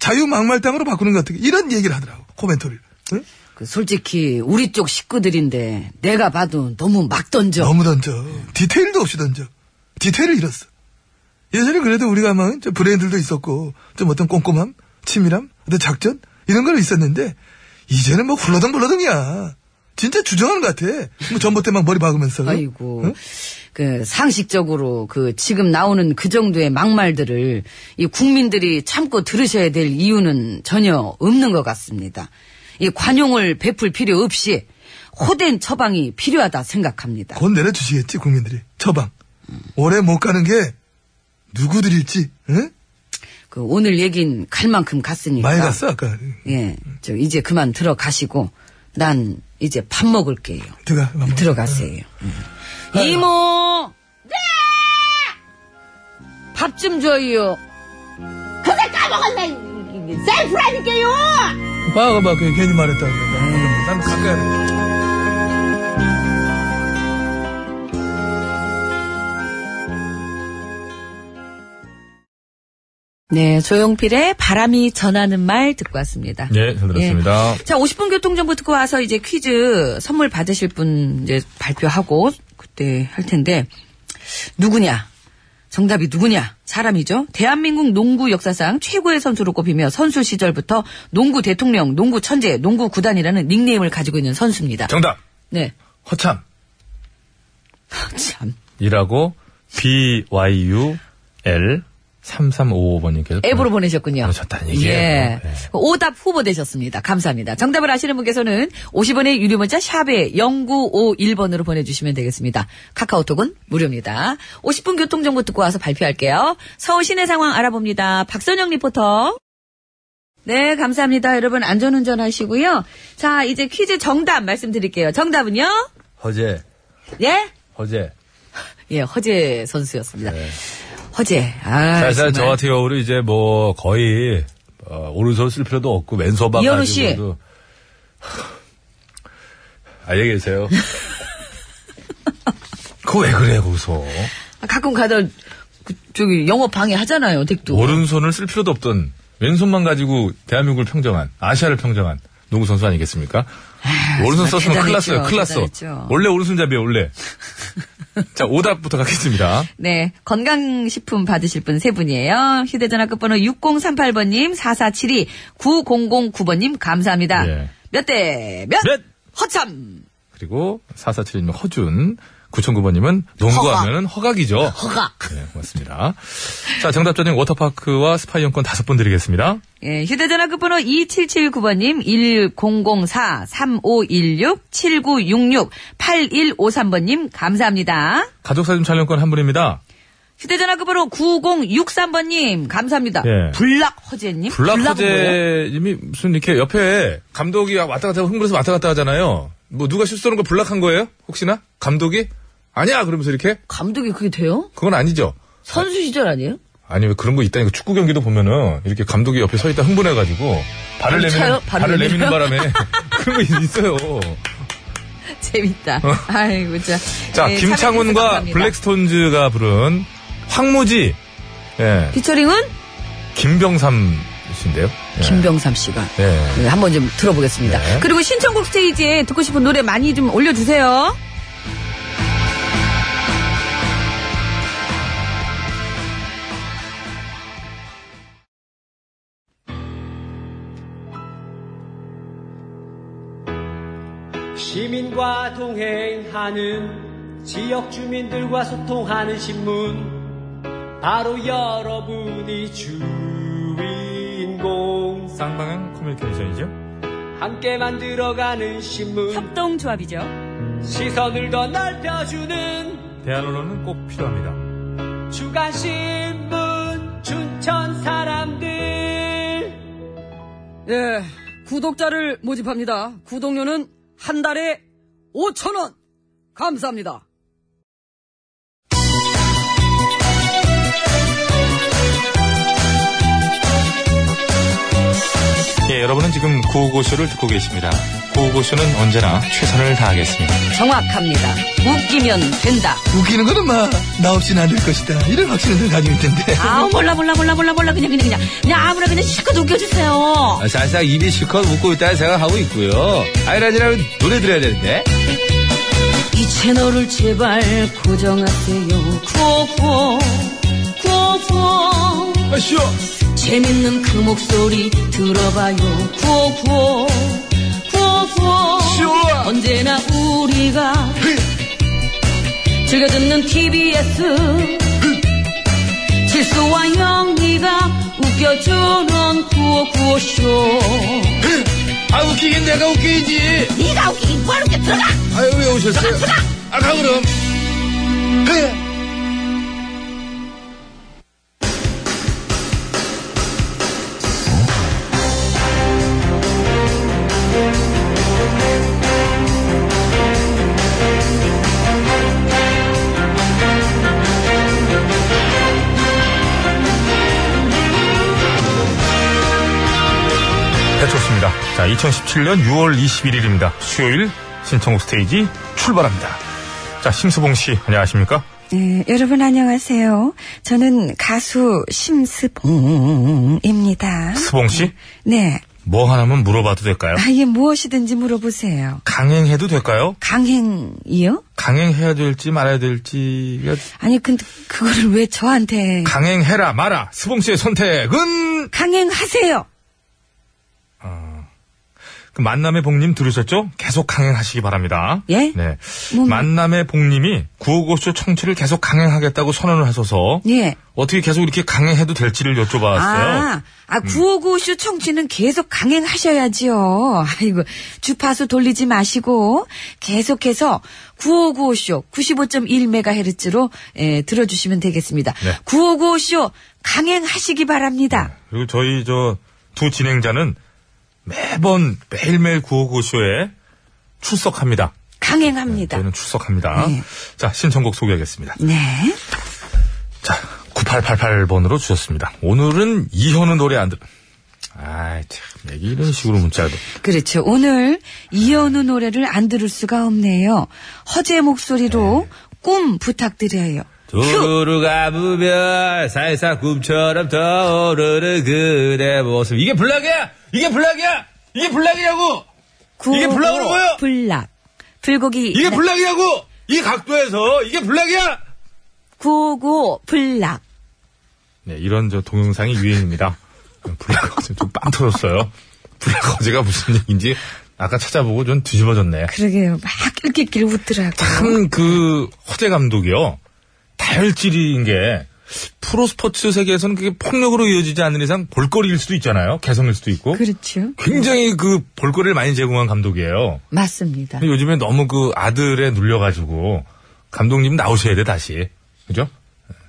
Speaker 9: 자유 막말 땅으로 바꾸는 거 어떻게 이런 얘기를 하더라고 코멘터리를. 응?
Speaker 2: 그 솔직히 우리 쪽 식구들인데 내가 봐도 너무 막 던져.
Speaker 9: 너무 던져. 디테일도 없이 던져. 디테일을 잃었어. 예전에 그래도 우리가 막 저 브랜드도 있었고 좀 어떤 꼼꼼함, 치밀함, 어떤 작전 이런 거 있었는데 이제는 뭐 훌러덩불러덩이야. 진짜 주정한 것 같아. 뭐 전봇 때막 머리 박으면서.
Speaker 2: 아이고, 그 상식적으로 그 지금 나오는 그 정도의 막말들을 이 국민들이 참고 들으셔야 될 이유는 전혀 없는 것 같습니다. 이 관용을 베풀 필요 없이 호된 처방이 필요하다 생각합니다.
Speaker 9: 곧 내려주시겠지 국민들이 처방. 오래 못 가는 게 누구들일지. 응?
Speaker 2: 그 오늘 얘긴 갈 만큼 갔으니까.
Speaker 9: 많이 갔어 아까.
Speaker 2: 예, 저 이제 그만 들어가시고 난 이제 밥 먹을게요.
Speaker 9: 들어가. 밥 먹어.
Speaker 2: 들어가세요. 예. 이모! 네! 밥 좀 줘요.
Speaker 9: 봐봐 봐. 그 괜히 말했다.
Speaker 2: 네.
Speaker 9: 나는 가까이. 하네.
Speaker 10: 네, 조용필의 바람이 전하는 말 듣고 왔습니다.
Speaker 9: 예, 잘 들었습니다.
Speaker 10: 자, 50분 교통정보 듣고 와서 이제 퀴즈 선물 받으실 분 이제 발표하고 그때 할 텐데, 누구냐? 정답이 누구냐? 사람이죠. 대한민국 농구 역사상 최고의 선수로 꼽히며 선수 시절부터 농구 대통령, 농구 천재, 농구 구단이라는 닉네임을 가지고 있는 선수입니다.
Speaker 5: 정답.
Speaker 10: 네.
Speaker 5: 허참.
Speaker 10: 참.
Speaker 9: 이라고 BYU L 3355번님께서
Speaker 10: 앱으로 보내셨군요.
Speaker 9: 보내셨다는 얘기예요.
Speaker 10: 예.
Speaker 9: 네.
Speaker 10: 오답 후보 되셨습니다. 감사합니다. 정답을 아시는 분께서는 50원의 유료 문자 샵에 0951번으로 보내주시면 되겠습니다. 카카오톡은 무료입니다. 50분 교통정보 듣고 와서 발표할게요. 서울 시내 상황 알아봅니다. 박선영 리포터. 네, 감사합니다. 여러분 안전운전 하시고요. 자, 이제 퀴즈 정답 말씀드릴게요. 정답은요?
Speaker 5: 허재.
Speaker 10: 예?
Speaker 5: 허재.
Speaker 10: 예, 허재 선수였습니다.
Speaker 9: 네.
Speaker 10: 허재. 아,
Speaker 5: 사실
Speaker 10: 정말.
Speaker 5: 저 같은 경우는 이제 뭐 거의 어, 오른손 쓸 필요도 없고 왼손만
Speaker 10: 이현우
Speaker 5: 가지고도 아, 안녕히 계세요. 그거 왜 그래 거기서
Speaker 10: 아, 가끔 가다 그, 저기 영업 방해 하잖아요. 댁도.
Speaker 5: 오른손을 쓸 필요도 없던 왼손만 가지고 대한민국을 평정한 아시아를 평정한 농구 선수 아니겠습니까? 오른손
Speaker 10: 정말
Speaker 5: 썼으면 큰일
Speaker 10: 대단했죠,
Speaker 5: 났어요. 큰일 났어.
Speaker 10: 대단했죠.
Speaker 5: 원래 오른손잡이에요. 원래. 자 오답부터 가겠습니다.
Speaker 10: 네, 건강식품 받으실 분 세 분이에요. 휴대전화 끝번호 6038번님, 4472, 9009번님 감사합니다.
Speaker 5: 예.
Speaker 10: 몇 대 몇?
Speaker 5: 몇?
Speaker 10: 허참.
Speaker 5: 그리고 4471님 허준, 9009번님은 농구하면 허각이죠. 허각. 네, 고맙습니다. 자, 정답자님 워터파크와 스파 이용권 다섯 분 드리겠습니다.
Speaker 2: 예, 휴대전화 끝번호 2779번님, 1004, 3516, 7966, 8153번님, 감사합니다.
Speaker 5: 가족사진 촬영권 한 분입니다.
Speaker 2: 휴대전화 끝번호 9063번님, 감사합니다.
Speaker 5: 예.
Speaker 2: 불락 허재님?
Speaker 5: 블락
Speaker 2: 불락은 뭐예요?
Speaker 5: 허재님이 무슨 이렇게 옆에 감독이 왔다 갔다 하고 흥분해서 왔다 갔다 하잖아요. 뭐 누가 실수하는 걸 블락한 거예요? 혹시나? 감독이? 아니야! 그러면서 이렇게?
Speaker 2: 감독이 그게 돼요?
Speaker 5: 그건 아니죠.
Speaker 2: 선수 시절 아니에요?
Speaker 5: 아니 왜 그런 거 있다니까 축구 경기도 보면은 이렇게 감독이 옆에 서 있다 흥분해가지고 발을
Speaker 2: 쳐요?
Speaker 5: 내미는
Speaker 2: 발을
Speaker 5: 발을,
Speaker 2: 내밀어요?
Speaker 5: 내미는 바람에 그런 거 있- 있어요.
Speaker 2: 재밌다. 아이고, 자.
Speaker 5: 어? 자
Speaker 2: 예,
Speaker 5: 김창훈과
Speaker 2: 참여해주셔서 감사합니다.
Speaker 5: 블랙스톤즈가 부른 황무지, 예
Speaker 2: 피처링은
Speaker 5: 김병삼 씨인데요. 예.
Speaker 2: 김병삼 씨가.
Speaker 5: 예.
Speaker 2: 네, 한번 좀 들어보겠습니다.
Speaker 5: 네.
Speaker 2: 그리고 신청곡 스테이지에 듣고 싶은 노래 많이 좀 올려주세요.
Speaker 11: 시민과 동행하는 지역 주민들과 소통하는 신문 바로 여러분이 주인공
Speaker 5: 쌍방향 커뮤니케이션이죠.
Speaker 11: 함께 만들어가는 신문
Speaker 2: 협동조합이죠.
Speaker 11: 시선을 더 넓혀주는
Speaker 5: 대안으로는 꼭 필요합니다.
Speaker 11: 주간신문 춘천 사람들
Speaker 2: 예, 구독자를 모집합니다. 구독료는 한 달에 5천 원. 감사합니다.
Speaker 5: 예, 여러분은 지금 구호고쇼를 듣고 계십니다. 구호고쇼는 언제나 최선을 다하겠습니다.
Speaker 2: 정확합니다. 웃기면 된다.
Speaker 9: 웃기는 건 엄마 나 없이는 안 될 것이다 이런 확신을 늘 가지고 있던데
Speaker 2: 아 몰라 몰라 몰라 몰라 몰라 그냥 그냥 그냥 그냥 아무나 그냥 실컷 웃겨주세요.
Speaker 9: 아, 살짝 입이 실컷 웃고 있다는 생각하고 있고요 아이라니라면 노래 들어야 되는데
Speaker 2: 이 채널을 제발 고정하세요. 구호구호 구호구호
Speaker 9: 아 쉬워
Speaker 2: 재밌는 그 목소리 들어봐요. 구호구호 구호구호
Speaker 9: 쉬워
Speaker 2: 언제나 우리가 즐겨 듣는 TBS 실수와 영리가 웃겨주는 구호구호쇼
Speaker 9: 아 웃기긴 내가 웃기지
Speaker 2: 네가 웃기긴 뭐하러 웃겨 들어가
Speaker 9: 아유 왜 오셨어요 아가 그럼 헤.
Speaker 5: 배쳤습니다. 자, 2017년 6월 21일입니다. 수요일 신청곡 스테이지 출발합니다. 자, 심수봉 씨, 안녕하십니까?
Speaker 8: 네, 여러분 안녕하세요. 저는 가수 심스봉입니다.
Speaker 5: 수봉 씨,
Speaker 8: 네,
Speaker 5: 뭐 하나만 물어봐도 될까요?
Speaker 8: 아예 무엇이든지 물어보세요.
Speaker 5: 강행해도 될까요?
Speaker 8: 강행이요?
Speaker 5: 강행해야 될지 말아야 될지가
Speaker 8: 아니 근데 그거를 왜 저한테
Speaker 5: 강행해라 마라 수봉 씨의 선택은
Speaker 8: 강행하세요.
Speaker 5: 그 만남의 복님 들으셨죠? 계속 강행하시기 바랍니다.
Speaker 8: 예?
Speaker 5: 네.
Speaker 8: 뭐, 뭐.
Speaker 5: 만남의 복님이 구호고쇼 청취를 계속 강행하겠다고 선언을 하셔서
Speaker 8: 예.
Speaker 5: 어떻게 계속 이렇게 강행해도 될지를 여쭤봤어요. 음.
Speaker 8: 아, 아 구호구쇼 청취는 계속 강행하셔야지요. 아이고 주파수 돌리지 마시고 계속해서 구호구호쇼 95.1메가헤르츠로 예, 들어주시면 되겠습니다.
Speaker 5: 네.
Speaker 8: 구호구호쇼 강행하시기 바랍니다.
Speaker 5: 그리고 저희 저 두 진행자는 매번 매일매일 구호고쇼에 출석합니다.
Speaker 8: 강행합니다.
Speaker 9: 아,
Speaker 5: 저희는 출석합니다.
Speaker 9: 음.
Speaker 8: 네.
Speaker 5: 자, 신청곡 소개하겠습니다.
Speaker 8: 네.
Speaker 5: 자, 9888번으로 주셨습니다. 오늘은 이현우 노래 안 들. 아이, 참, 얘기 이런 식으로 문자도.
Speaker 8: 그렇죠. 오늘 이현우 노래를 안 들을 수가 없네요. 허재 목소리로
Speaker 9: 네.
Speaker 8: 꿈 부탁드려요.
Speaker 9: 두루가 부면 살살 꿈처럼 떠오르는 그대 모습 이게 블락이야 이게 블락이야 이게 블락이라고
Speaker 8: 구,
Speaker 9: 이게 불락으로 보여?
Speaker 8: 불락. 불고기.
Speaker 9: 이게 블락이라고 이 각도에서 이게 블락이야
Speaker 8: 구고 불락.
Speaker 5: 네, 이런 저 동영상이 유행입니다. 블랙 어제 좀빵 터졌어요. 블랙 어제가 무슨 얘기인지
Speaker 8: 아까 찾아보고 좀 뒤집어졌네.
Speaker 12: 그러게요. 막 이렇게 길 웃더라고요.
Speaker 8: 참 그 허재 감독이요 다혈질인 게 프로 스포츠 세계에서는 그게 폭력으로 이어지지 않는 이상 볼거리일 수도 있잖아요. 개성일 수도 있고.
Speaker 12: 그렇죠.
Speaker 8: 굉장히 그 볼거리를 많이 제공한 감독이에요.
Speaker 12: 맞습니다.
Speaker 8: 근데 요즘에 너무 그 아들에 눌려가지고 감독님 나오셔야 돼 다시. 그죠?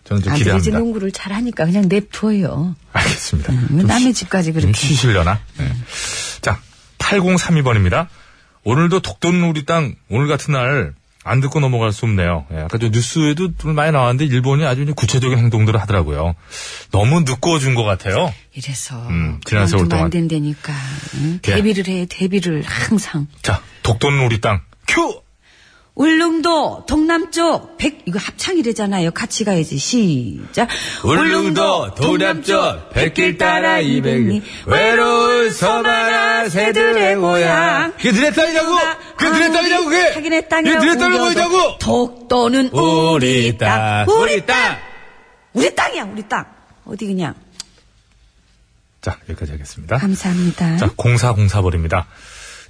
Speaker 8: 저는 좀
Speaker 2: 아들이 이제
Speaker 8: 기대합니다.
Speaker 2: 농구를 잘하니까 그냥 냅둬요.
Speaker 8: 알겠습니다.
Speaker 2: 왜
Speaker 8: 좀
Speaker 2: 남의 집까지
Speaker 8: 좀
Speaker 2: 그렇게.
Speaker 8: 쉬실려나? 네. 자, 8032번입니다. 오늘도 독도는 우리 땅, 오늘 같은 날, 안 듣고 넘어갈 수 없네요. 예, 아까 저 뉴스에도 좀 많이 나왔는데, 일본이 아주 이제 구체적인 행동들을 하더라고요. 너무 늦거워준 것 같아요.
Speaker 2: 이래서
Speaker 8: 음, 지난 세월
Speaker 2: 그만두면
Speaker 8: 동안.
Speaker 2: 안 된다니까. 응?
Speaker 9: 네.
Speaker 8: 예.
Speaker 2: 대비를 해 대비를 항상.
Speaker 8: 자, 독도는 우리 땅, 큐!
Speaker 2: 울릉도 동남쪽 백 이거 합창이래잖아요. 같이 가야지 시작.
Speaker 7: 울릉도 동남쪽 백길 따라 이백리 외로운 서바라 새들의 고향 이게 들의 땅이라고 그게 들의 땅이라고 그게
Speaker 2: 하긴의 땅이라고
Speaker 7: 이게 들의 땅을
Speaker 2: 우겨도
Speaker 7: 보이자고
Speaker 2: 독도는
Speaker 7: 우리 땅 우리 땅
Speaker 2: 우리 땅이야 우리 땅 어디 그냥
Speaker 8: 자, 여기까지 하겠습니다.
Speaker 12: 감사합니다.
Speaker 8: 자, 0404벌입니다.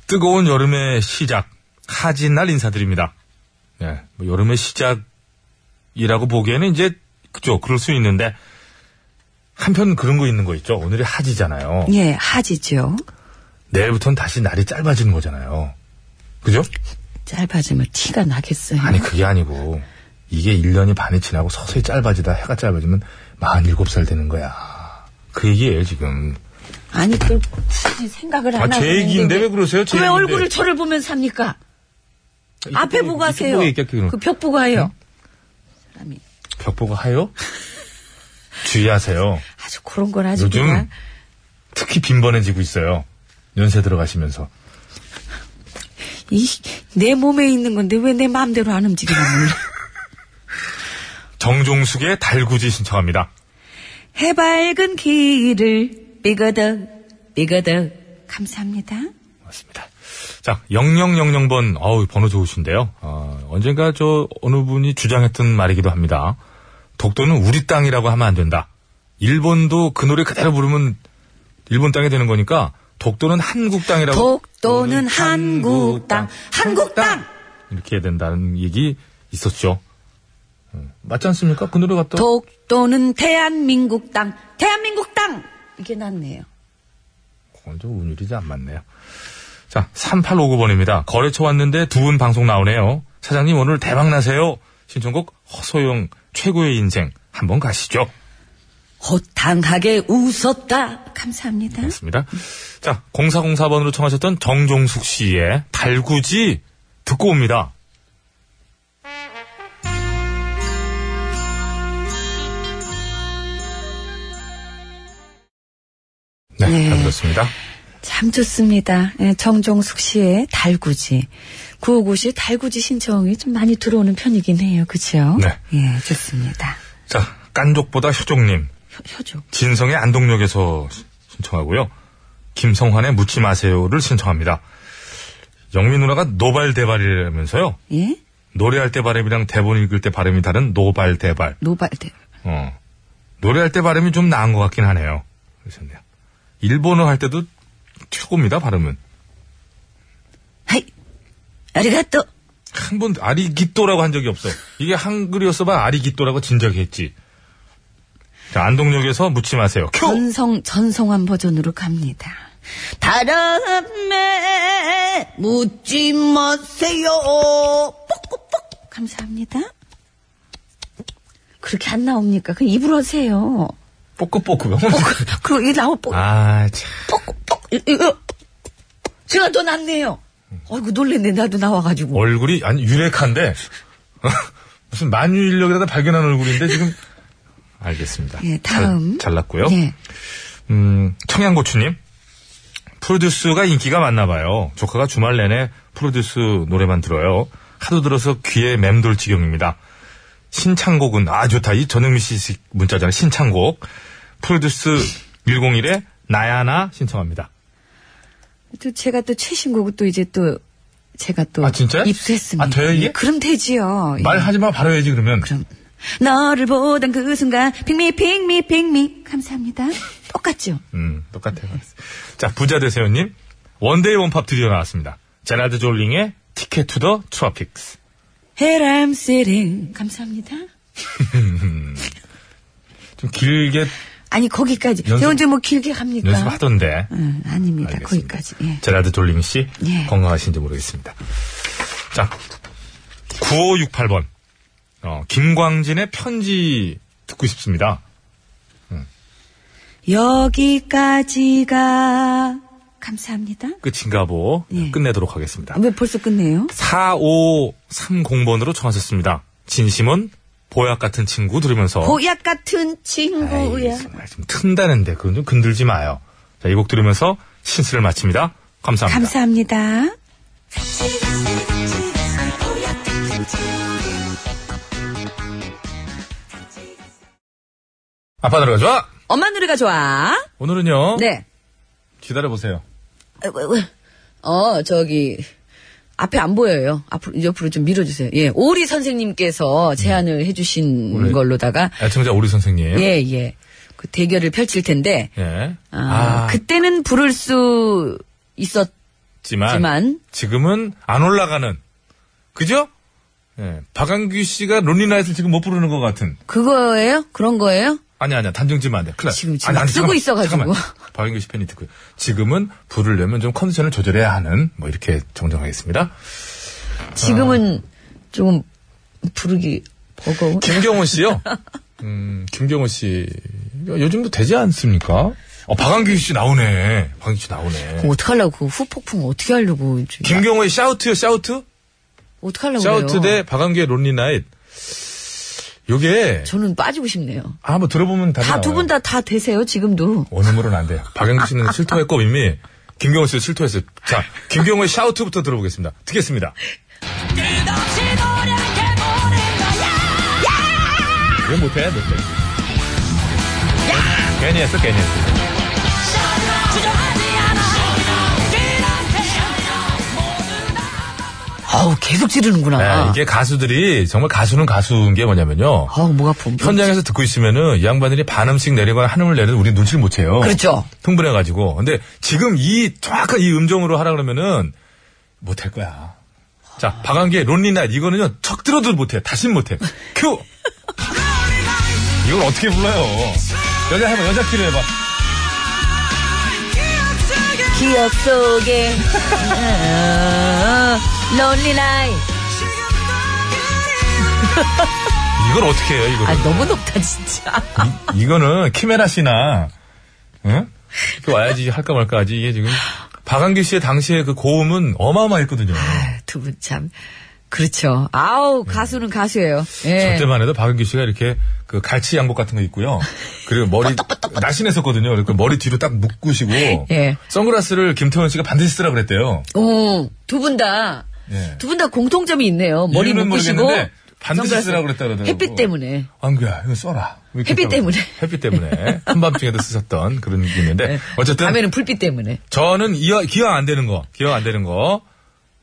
Speaker 8: 뜨거운 여름의 시작, 하진 날 인사드립니다. 예, 뭐 여름의 시작이라고 보기에는 이제, 그죠, 그럴 수 있는데, 한편 그런 거 있는 거 있죠. 오늘이 하지잖아요.
Speaker 2: 예 하지죠.
Speaker 8: 내일부터는 다시 날이 짧아지는 거잖아요. 그죠?
Speaker 2: 짧아지면 티가 나겠어요.
Speaker 8: 아니, 그게 아니고, 이게 1년이 반이 지나고 서서히 짧아지다 해가 짧아지면 47살 되는 거야. 그 얘기예요, 지금.
Speaker 2: 아니 또 굳이 생각을 안
Speaker 8: 아,
Speaker 2: 하고
Speaker 8: 제 얘기인데 왜 그러세요? 제
Speaker 2: 왜
Speaker 8: 얘기인데. 아,
Speaker 2: 얼굴을 저를 보면 삽니까? 앞에
Speaker 8: 뭐
Speaker 2: 보고 하세요.
Speaker 8: 보고 얘기할게요, 그럼.
Speaker 2: 그 벽 보고 해요.
Speaker 8: 네?
Speaker 2: 사람이
Speaker 8: 벽보가 하요? 주의하세요.
Speaker 2: 아주 그런 걸 아주
Speaker 8: 요즘
Speaker 2: 그냥
Speaker 8: 특히 빈번해지고 있어요. 연세 들어가시면서.
Speaker 2: 이 내 몸에 있는 건데 왜 내 마음대로 안 움직이나 몰라.
Speaker 8: 정종숙의 달구지 신청합니다.
Speaker 2: 해밝은 길을 삐거덕 삐거덕
Speaker 12: 감사합니다.
Speaker 8: 맞습니다. 자, 0000번, 어우, 번호 좋으신데요. 어, 언젠가 저 어느 분이 주장했던 말이기도 합니다. 독도는 우리 땅이라고 하면 안 된다. 일본도 그 노래 그대로 부르면 일본 땅이 되는 거니까 독도는 한국 땅이라고.
Speaker 2: 독도는 한국 땅, 한국 땅!
Speaker 8: 이렇게 해야 된다는 얘기 있었죠. 음, 맞지 않습니까? 그 노래가 또.
Speaker 2: 독도는 대한민국 땅 대한민국 땅 이게 낫네요.
Speaker 8: 그건 좀 운율이 안 맞네요. 자, 3859번입니다. 거래처 왔는데 두 분 방송 나오네요. 사장님 오늘 대박 나세요. 신청곡 허소영 최고의 인생 한번 가시죠.
Speaker 2: 호탕하게 웃었다 감사합니다.
Speaker 8: 맞습니다. 자, 0404번으로 청하셨던 정종숙 씨의 달구지 듣고 옵니다. 네, 잘 들었습니다.
Speaker 2: 참 좋습니다. 예, 정종숙 씨의 달구지. 구호고시 달구지 신청이 좀 많이 들어오는 편이긴 해요. 그쵸?
Speaker 8: 네.
Speaker 2: 예, 좋습니다.
Speaker 8: 자, 깐족보다 효종님.
Speaker 2: 효, 효조.
Speaker 8: 진성의 안동역에서 시- 신청하고요. 김성환의 묻지 마세요를 신청합니다. 영미 누나가 노발대발이라면서요.
Speaker 2: 예?
Speaker 8: 노래할 때 발음이랑 대본 읽을 때 발음이 다른 노발대발.
Speaker 2: 노발대.
Speaker 8: 어. 노래할 때 발음이 좀 나은 것 같긴 하네요. 그러셨네요. 일본어 할 때도 최고입니다, 발음은.
Speaker 2: 하이! 아리가또!
Speaker 8: 한 번 아리기또라고 한 적이 없어. 이게 한글이었어봐 아리기또라고 진작했지. 자, 안동역에서 묻지 마세요. 큐!
Speaker 2: 전성, 전성환 버전으로 갑니다. 바람에 묻지 마세요. 뽁뽁뽁. 감사합니다. 그렇게 안 나옵니까? 그냥 입으로 하세요. 어,
Speaker 8: 뽀끄뽀끄.
Speaker 2: 그리고 이 나오 뽁.
Speaker 8: 아, 참.
Speaker 2: 뻑뻑 이거 제가 더 낫네요. 아이고 놀랬네 나도 나와가지고.
Speaker 8: 얼굴이 아니 유레카인데 어? 무슨 만유 인력에다가 발견한 얼굴인데 지금 알겠습니다.
Speaker 2: 예, 다음.
Speaker 8: 잘, 잘났고요.
Speaker 2: 예.
Speaker 8: 음, 청양고추님 프로듀스가 인기가 많나 봐요. 조카가 주말 내내 프로듀스 노래만 들어요. 하도 들어서 귀에 맴돌 지경입니다. 신창곡은 아 좋다. 이 전영미 씨 문자잖아요. 신창곡 프로듀스 101의 나야나 신청합니다.
Speaker 2: 또 제가 또 최신곡을 또 이제 또 제가 또
Speaker 8: 아, 진짜요?
Speaker 2: 입수했습니다.
Speaker 8: 아, 돼요, 이게?
Speaker 2: 예, 그럼 되지요. 예.
Speaker 8: 말하지 마 바로 해야지 그러면.
Speaker 2: 그럼 너를 보던 그 순간 핑미 핑미 핑미 감사합니다. 똑같죠.
Speaker 8: 음, 똑같아요. 자, 부자 되세요님. 원데이 원팝 드디어 나왔습니다. 제라드 졸링의 티켓 투 더 트로픽스.
Speaker 13: Here I'm sitting. 감사합니다.
Speaker 8: 좀 길게
Speaker 13: 아니 거기까지.
Speaker 8: 연습-
Speaker 13: 제가 언제 뭐 길게 갑니까?
Speaker 8: 연습하던데.
Speaker 13: 응, 아닙니다. 음,
Speaker 8: 알겠습니다.
Speaker 13: 거기까지. 예.
Speaker 8: 제라드 졸링 씨
Speaker 13: 예.
Speaker 8: 건강하신지 모르겠습니다. 자, 9568번. 어, 김광진의 편지 듣고 싶습니다.
Speaker 13: 여기까지가 감사합니다.
Speaker 8: 끝인가 보.
Speaker 13: 예.
Speaker 8: 끝내도록 하겠습니다.
Speaker 13: 아, 왜 벌써 끝내요?
Speaker 8: 4530번으로 청하셨습니다. 진심은 보약 같은 친구 들으면서
Speaker 14: 보약 같은 친구야.
Speaker 5: 네.
Speaker 8: 아이, 정말 좀 튼다는데 그건 좀 건들지 마요. 자, 이 곡 들으면서 신스를 마칩니다. 감사합니다.
Speaker 13: 감사합니다.
Speaker 8: 아빠 노래가 좋아.
Speaker 14: 엄마 노래가 좋아.
Speaker 8: 오늘은요.
Speaker 14: 네.
Speaker 8: 기다려 보세요.
Speaker 14: 어, 저기, 앞에 안 보여요. 앞으로, 옆으로 좀 밀어주세요. 예. 오리 선생님께서 제안을 해주신
Speaker 8: 원래-
Speaker 14: 걸로다가,
Speaker 8: 애청자 오리 선생님.
Speaker 14: 예, 예. 그 대결을 펼칠 텐데,
Speaker 8: 예.
Speaker 14: 아, 그때는 부를 수 있었지만,
Speaker 8: 지만 지금은 안 올라가는 그죠? 예. 박한규 씨가 론리나잇을 지금 못 부르는 것 같은.
Speaker 14: 그거예요? 그런 거예요?
Speaker 8: 아니 아니야 단정 지면 안 돼. 큰일 나.
Speaker 14: 지금- 지금
Speaker 8: 아니,
Speaker 14: 막
Speaker 8: 아니,
Speaker 14: 쓰고
Speaker 8: 잠깐만,
Speaker 14: 있어가지고.
Speaker 8: 잠깐만. 박인규 씨 팬이 듣고요. 지금은 불을 내면 좀 컨디션을 조절해야 하는 뭐 이렇게 정정하겠습니다.
Speaker 14: 지금은 조금 부르기 버거워.
Speaker 8: 김경호 씨요. 음 김경호 씨 요즘도 되지 않습니까? 어 박한규 씨 나오네. 박한규 씨 나오네.
Speaker 14: 그럼 어떡하려고, 그 후폭풍 어떻게 하려고. 저기,
Speaker 8: 김경호의 샤우트요 샤우트?
Speaker 14: 어떡하려고.
Speaker 8: 샤우트
Speaker 14: 그래요?
Speaker 8: 대 박한규의 론리나잇. 요게
Speaker 14: 저는 빠지고 싶네요.
Speaker 8: 아, 한번 들어보면
Speaker 14: 다 두 분 다 다 되세요, 지금도.
Speaker 8: 원음으로는 안 돼요. 박영규 씨는 실토했고 이미 김경호 씨도 실토했어요. 자, 김경호의 샤우트부터 들어보겠습니다. 듣겠습니다. 왜 못해? 못해. 괜히 했어, 괜히 했어.
Speaker 14: 어우, 계속 지르는구나.
Speaker 8: 네, 이게 가수들이 정말 가수는 가수인 게 뭐냐면요.
Speaker 14: 어우, 목 아픔.
Speaker 8: 현장에서 듣고 있으면은 이 양반들이 반음씩 내리거나 한음을 내는 우리 눈치를 못 채요.
Speaker 14: 그렇죠.
Speaker 8: 흥분해가지고. 근데 지금 이 정확한 이 음정으로 하라 그러면은 못 할 거야. 자, 박한기의 론리나잇 이거는요 척 들어도 못해. 다신 못해. 큐. 이걸 어떻게 불러요? 여자 해봐, 여자 키로 해봐.
Speaker 14: 기억 속에 어, 롤리 나이.
Speaker 8: 이걸 어떻게 해요? 이거
Speaker 14: 아 너무 높다 진짜.
Speaker 8: 이거는 키메라 씨나 응? 또 와야지 할까 말까 하지 이게 지금 박한기 씨의 당시의 그 고음은 어마어마했거든요.
Speaker 14: 두 분 참. 그렇죠. 아우
Speaker 8: 네.
Speaker 14: 가수는 가수예요. 예.
Speaker 8: 그때만 해도 박은규 씨가 이렇게 그 갈치 양복 같은 거 입고요. 그리고 머리 날씬했었거든요. 그러니까 머리 뒤로 딱 묶으시고
Speaker 14: 예.
Speaker 8: 선글라스를 김태원 씨가 반드시 쓰라 그랬대요.
Speaker 14: 오두 분 다.
Speaker 8: 예.
Speaker 14: 두 분 다 공통점이 있네요. 머리
Speaker 8: 이유는
Speaker 14: 묶으시고
Speaker 8: 모르겠는데 반드시
Speaker 14: 선글라스.
Speaker 8: 쓰라고 그랬다 그러더라고.
Speaker 14: 햇빛 때문에.
Speaker 8: 안규야 이거 써라. 왜 이렇게
Speaker 14: 햇빛
Speaker 8: 써라 그랬어요?
Speaker 14: 때문에. 네.
Speaker 8: 햇빛 때문에 한밤중에도 쓰셨던 그런 게 있는데 어쨌든
Speaker 14: 예. 밤에는 불빛 때문에.
Speaker 8: 저는 이어- 기억 안 되는 거 기억 안 되는 거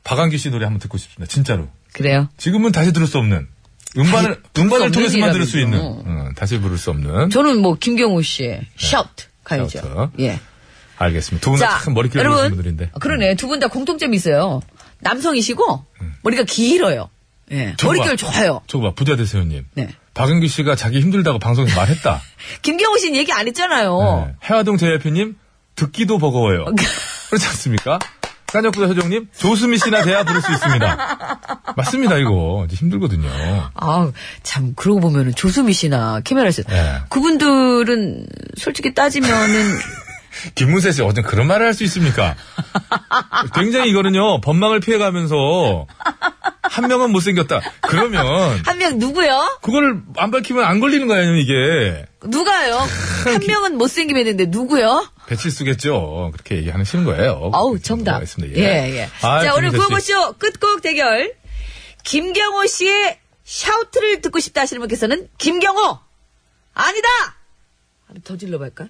Speaker 8: 박한규 씨 노래 한번 듣고 싶습니다. 진짜로.
Speaker 14: 그래요.
Speaker 8: 지금은 다시 들을 수 없는 음반을 음반을
Speaker 14: 없는
Speaker 8: 통해서만 들을 수 있는
Speaker 14: 일이라면서.
Speaker 8: 음, 다시 부를 수 없는
Speaker 14: 저는 뭐
Speaker 8: 네.
Speaker 14: 김경호 씨의 셔트 가야죠.
Speaker 8: 셔트.
Speaker 14: 예.
Speaker 8: 알겠습니다. 두 분
Speaker 14: 자,
Speaker 8: 참 머리 길르신 분들인데.
Speaker 14: 그러네. 두 분 다 공통점이 있어요. 남성이시고, 머리가 길어요. 예.
Speaker 8: 저거
Speaker 14: 머릿결
Speaker 8: 봐.
Speaker 14: 좋아요.
Speaker 8: 저거 봐, 부자 대세요님.
Speaker 14: 네.
Speaker 8: 박은규 씨가 자기 힘들다고 방송에서 말했다.
Speaker 14: 김경호 씨는 얘기 안 했잖아요.
Speaker 8: 네. 해화동 JYP님, 듣기도 버거워요. 그렇지 않습니까? 까녀꾸자 효정님, 조수미 씨나 대화 부를 수 있습니다. 맞습니다, 이거. 이제 힘들거든요.
Speaker 14: 아, 참, 그러고 보면은 조수미 씨나 캐메라 씨.
Speaker 8: 네.
Speaker 14: 그분들은 솔직히 따지면은
Speaker 8: 김문세 씨, 어쩜 그런 말을 할 수 있습니까? 굉장히 이거는요, 법망을 피해가면서, 한 명은 못생겼다. 그러면,
Speaker 14: 한 명 누구요?
Speaker 8: 그걸 안 밝히면 안 걸리는 거 아니에요, 이게.
Speaker 14: 누가요? 한 명은 못생기면 했는데 누구요?
Speaker 8: 배칠수겠죠. 그렇게 얘기하시는 거예요.
Speaker 14: 아우 정답.
Speaker 8: 알겠습니다.
Speaker 14: 예, 예.
Speaker 8: 아,
Speaker 14: 자, 오늘
Speaker 8: 김민세 씨.
Speaker 14: 구호보쇼 끝곡 대결. 김경호 씨의 샤우트를 듣고 싶다 하시는 분께서는 김경호! 아니다! 한번 더 질러볼까?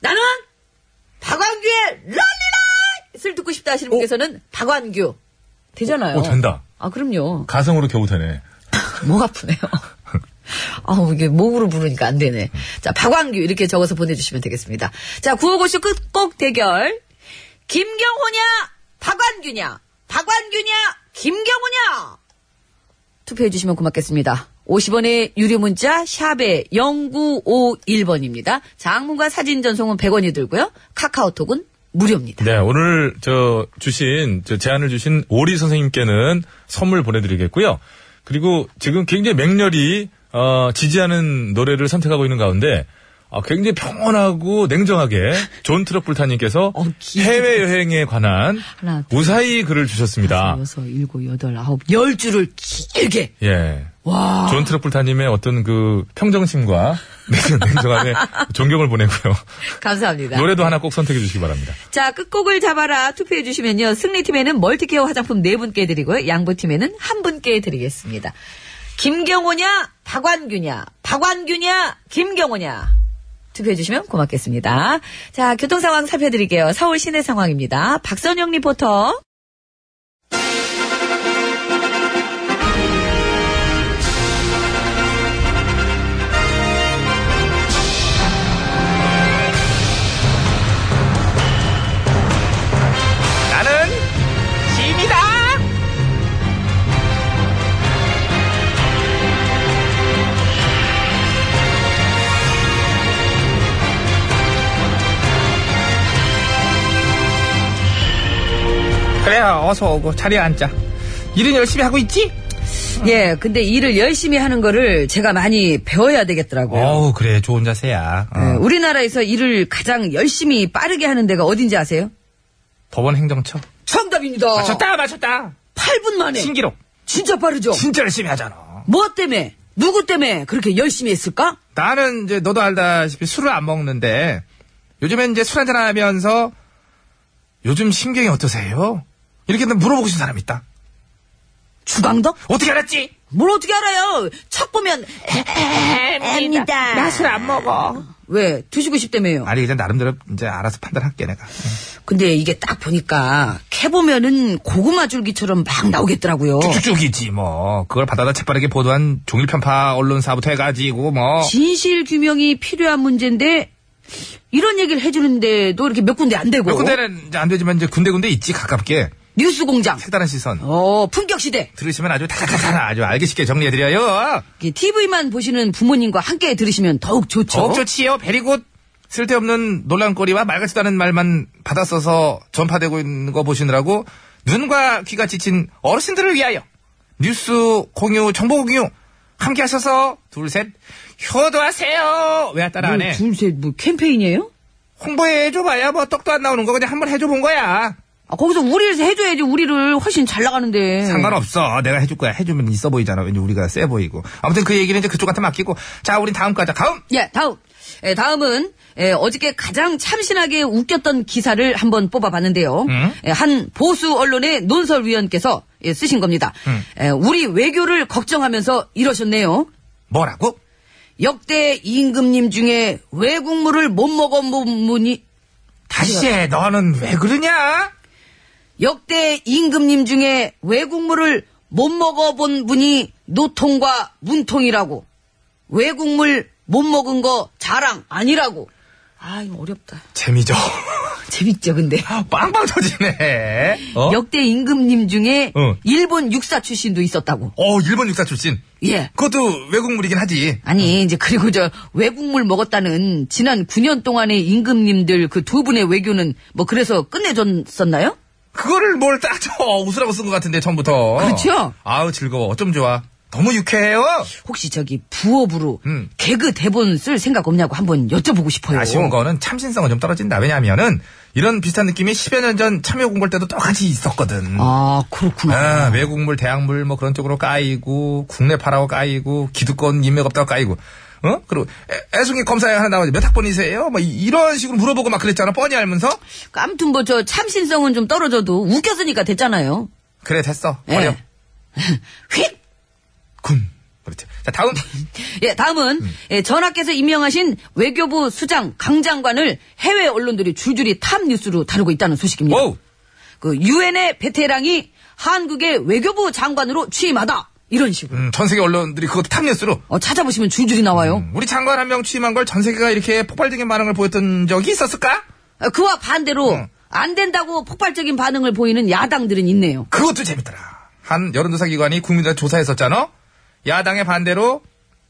Speaker 14: 나는 박완규의 런리라잇을 듣고 싶다 하시는 분께서는 박완규. 되잖아요.
Speaker 8: 오, 어, 된다.
Speaker 14: 아, 그럼요.
Speaker 8: 가성으로 겨우 되네.
Speaker 14: 목 아프네요. 아우, 이게 목으로 부르니까 안 되네. 자, 박광규 이렇게 적어서 보내주시면 되겠습니다. 자, 구호고쇼 끝곡 대결.
Speaker 2: 김경호냐, 박완규냐, 박완규냐, 김경호냐. 투표해주시면 고맙겠습니다. 50원의 유료 문자 샵에 0951번입니다. 장문과 사진 전송은 100원이 들고요. 카카오톡은 무료입니다.
Speaker 8: 네, 오늘 저 주신 저 제안을 주신 오리 선생님께는 선물 보내드리겠고요. 그리고 지금 굉장히 맹렬히 어, 지지하는 노래를 선택하고 있는 가운데 어, 굉장히 평온하고 냉정하게 존 트러플타님께서 해외 여행에 관한
Speaker 2: 어, 하나, 둘,
Speaker 8: 우사히 글을 주셨습니다.
Speaker 2: 6, 7, 8, 9, 10줄을 길게.
Speaker 8: 예.
Speaker 2: 와.
Speaker 8: 존 트러플타님의 어떤 그 평정심과 냉- 냉정함에 존경을 보내고요.
Speaker 2: 감사합니다.
Speaker 8: 노래도 하나 꼭 선택해 주시기 바랍니다.
Speaker 2: 자, 끝곡을 잡아라 투표해 주시면요. 승리팀에는 멀티케어 화장품 네 분께 드리고요. 양보팀에는 한 분께 드리겠습니다. 김경호냐, 박완규냐, 박완규냐, 김경호냐. 투표해 주시면 고맙겠습니다. 자, 교통 상황 살펴드릴게요. 서울 시내 상황입니다. 박선영 리포터.
Speaker 7: 나는 짐이다.
Speaker 5: 그래, 어서 오고 자리에 앉자. 일은 열심히 하고 있지?
Speaker 2: 예, 근데 일을 열심히 하는 거를 제가 많이 배워야 되겠더라고요.
Speaker 8: 네.
Speaker 5: 어우, 그래, 좋은 자세야. 어.
Speaker 2: 예, 우리나라에서 일을 가장 열심히 빠르게 하는 데가 어딘지 아세요? 아,
Speaker 5: 법원 행정처.
Speaker 2: 정답입니다.
Speaker 5: 어. 맞췄다, 맞췄다.
Speaker 2: 8분 만에.
Speaker 5: 신기록.
Speaker 2: 진짜 빠르죠?
Speaker 5: 진짜 열심히 하잖아.
Speaker 2: 뭐 때문에? 누구 때문에 그렇게 열심히 했을까?
Speaker 5: 나는 이제 너도 알다시피 술을 안 먹는데 요즘엔 이제 술 한잔 하면서 요즘 신경이 어떠세요? 이렇게 물어보고 싶은 사람 이 있다.
Speaker 2: 주광덕?
Speaker 5: 어떻게 알았지?
Speaker 2: 뭘 어떻게 알아요? 척 보면 앱니다.
Speaker 7: 나 술 안 먹어.
Speaker 2: 왜 드시고 싶다며요?
Speaker 5: 아니 이제 나름대로 이제 알아서 판단할게 내가.
Speaker 2: 근데 이게 딱 보니까 캐 보면은 고구마 줄기처럼 막
Speaker 5: 어.
Speaker 2: 나오겠더라고요.
Speaker 5: 쭉쭉이지 뭐 그걸 받아다 재빠르게 보도한 종일 편파 언론사부터 해가지고 뭐
Speaker 2: 진실 규명이 필요한 문제인데 이런 얘기를 해주는데도 이렇게 몇 군데 안 되고
Speaker 5: 몇 군데는 이제 안 되지만 이제 군데군데 있지 가깝게
Speaker 2: 뉴스 공장,
Speaker 5: 색다른 시선
Speaker 2: 어 품격 시대.
Speaker 5: 들으시면 아주 다다다다 아주 알기 쉽게 정리해드려요.
Speaker 2: TV만 예, 보시는 부모님과 함께 들으시면 더욱 좋죠.
Speaker 5: 더욱 좋지요. 베리굿. 쓸데없는 논란거리와 말 같지도 않은 말만 받아 써서 전파되고 있는 거 보시느라고 눈과 귀가 지친 어르신들을 위하여 뉴스 공유, 정보 공유 함께 하셔서 둘, 셋 효도하세요. 왜 따라 안 해?
Speaker 2: 둘셋 뭐 캠페인이에요?
Speaker 5: 홍보해줘봐야 뭐 떡도 안 나오는 거 그냥 한번 해줘본 거야.
Speaker 2: 아, 거기서 우리를 해줘야지 우리를 훨씬 잘 나가는데.
Speaker 5: 상관없어. 내가 해줄 거야. 해주면 있어 보이잖아. 왠지 우리가 세 보이고. 아무튼 그 얘기는 이제 그쪽한테 맡기고. 자, 우린 다음 가자. 다음!
Speaker 2: 예, 다음. 예, 다음은 예, 어저께 가장 참신하게 웃겼던 기사를 한번 뽑아봤는데요.
Speaker 5: 음?
Speaker 2: 예, 한 보수 언론의 논설위원께서 예, 쓰신 겁니다.
Speaker 5: 음.
Speaker 2: 예, 우리 외교를 걱정하면서 이러셨네요.
Speaker 5: 뭐라고?
Speaker 2: 역대 임금님 중에 외국물을 못 먹어본 분이
Speaker 5: 다시 해. 너는 왜 그러냐?
Speaker 2: 역대 임금님 중에 외국물을 못 먹어본 분이 노통과 문통이라고 외국물 못 먹은 거 자랑 아니라고. 아 이거 어렵다.
Speaker 5: 재미죠.
Speaker 2: 재밌죠 근데.
Speaker 5: 어? 빵빵 터지네. 어?
Speaker 2: 역대 임금님 중에
Speaker 5: 어.
Speaker 2: 일본 육사 출신도 있었다고.
Speaker 5: 어, 일본 육사 출신.
Speaker 2: 예.
Speaker 5: 그것도 외국물이긴 하지.
Speaker 2: 아니 이제 그리고 저 외국물 먹었다는 지난 9년 동안의 임금님들 그 두 분의 외교는 뭐 그래서 끝내줬었나요?
Speaker 5: 그거를 뭘 따져. 웃으라고 쓴 것 같은데, 처음부터.
Speaker 2: 그렇죠.
Speaker 5: 아우, 즐거워. 어쩜 좋아. 너무 유쾌해요.
Speaker 2: 혹시 저기 부업으로
Speaker 5: 음.
Speaker 2: 개그 대본 쓸 생각 없냐고 한번 여쭤보고 싶어요.
Speaker 5: 아쉬운 거는 참신성은 좀 떨어진다. 왜냐하면은, 이런 비슷한 느낌이 10여 년 전 참여 공부할 때도 똑같이 있었거든.
Speaker 2: 아 그렇구나.
Speaker 5: 아, 외국물, 대학물 뭐 그런 쪽으로 까이고 국내 파라고 까이고 기득권 인맥 없다고 까이고 어? 그리고 애, 애송이 검사에 하나 나오지 몇 학번이세요? 뭐 이, 런 식으로 물어보고 막 그랬잖아 뻔히 알면서
Speaker 2: 아무튼 뭐 저 참신성은 좀 떨어져도 웃겼으니까 됐잖아요.
Speaker 5: 그래 됐어
Speaker 2: 예.
Speaker 5: 버려
Speaker 2: 휙.
Speaker 5: 군 그렇지 자 다음
Speaker 2: 예, 다음은 예, 전하께서 임명하신 외교부 수장 강 장관을 해외 언론들이 줄줄이 탑 뉴스로 다루고 있다는 소식입니다.
Speaker 5: 오우
Speaker 2: 그 유엔의 베테랑이 한국의 외교부 장관으로 취임하다 이런 식으로
Speaker 5: 음, 전 세계 언론들이 그것도 탑뉴스로
Speaker 2: 어, 찾아보시면 줄줄이 나와요.
Speaker 5: 우리 장관 한 명 취임한 걸 전 세계가 이렇게 폭발적인 반응을 보였던 적이 있었을까? 음.
Speaker 2: 아, 그와 반대로
Speaker 14: 안 된다고 폭발적인 반응을 보이는 야당들은 있네요.
Speaker 5: 그것도 재밌더라. 한 여론조사 기관이 국민들 조사했었잖아. 야당의 반대로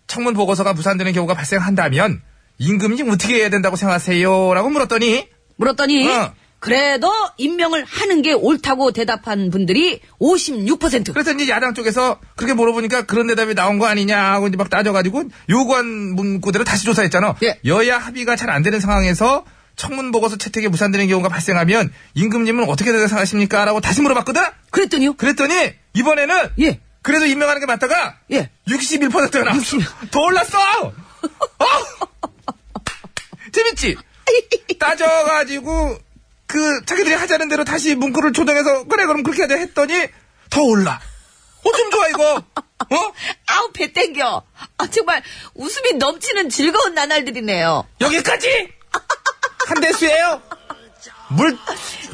Speaker 5: 청문 보고서가 무산되는 경우가 발생한다면 임금이 어떻게 해야 된다고 생각하세요?라고 물었더니
Speaker 14: 물었더니
Speaker 5: 어.
Speaker 14: 그래도 임명을 하는 게 옳다고 대답한 분들이 56%.
Speaker 5: 그래서 이제 야당 쪽에서 그렇게 물어보니까 그런 대답이 나온 거 아니냐 하고 이제 막 따져가지고 요구한 문구대로 다시 조사했잖아.
Speaker 14: 예.
Speaker 5: 여야 합의가 잘 안 되는 상황에서 청문 보고서 채택이 무산되는 경우가 발생하면 임금님은 어떻게 생각하십니까?라고 다시 물어봤거든.
Speaker 14: 그랬더니요.
Speaker 5: 그랬더니 이번에는
Speaker 14: 예.
Speaker 5: 그래도 임명하는 게 맞다가
Speaker 14: 예.
Speaker 5: 61%가 나왔어. 더 올랐어. 어! 재밌지? 따져가지고 그 자기들이 하자는 대로 다시 문구를 조정해서 그래 그럼 그렇게 하자 했더니 더 올라. 어좀 좋아 이거. 어?
Speaker 14: 아우 배 땡겨. 아 정말 웃음이 넘치는 즐거운 나날들이네요.
Speaker 5: 여기까지 한 대수예요. 물.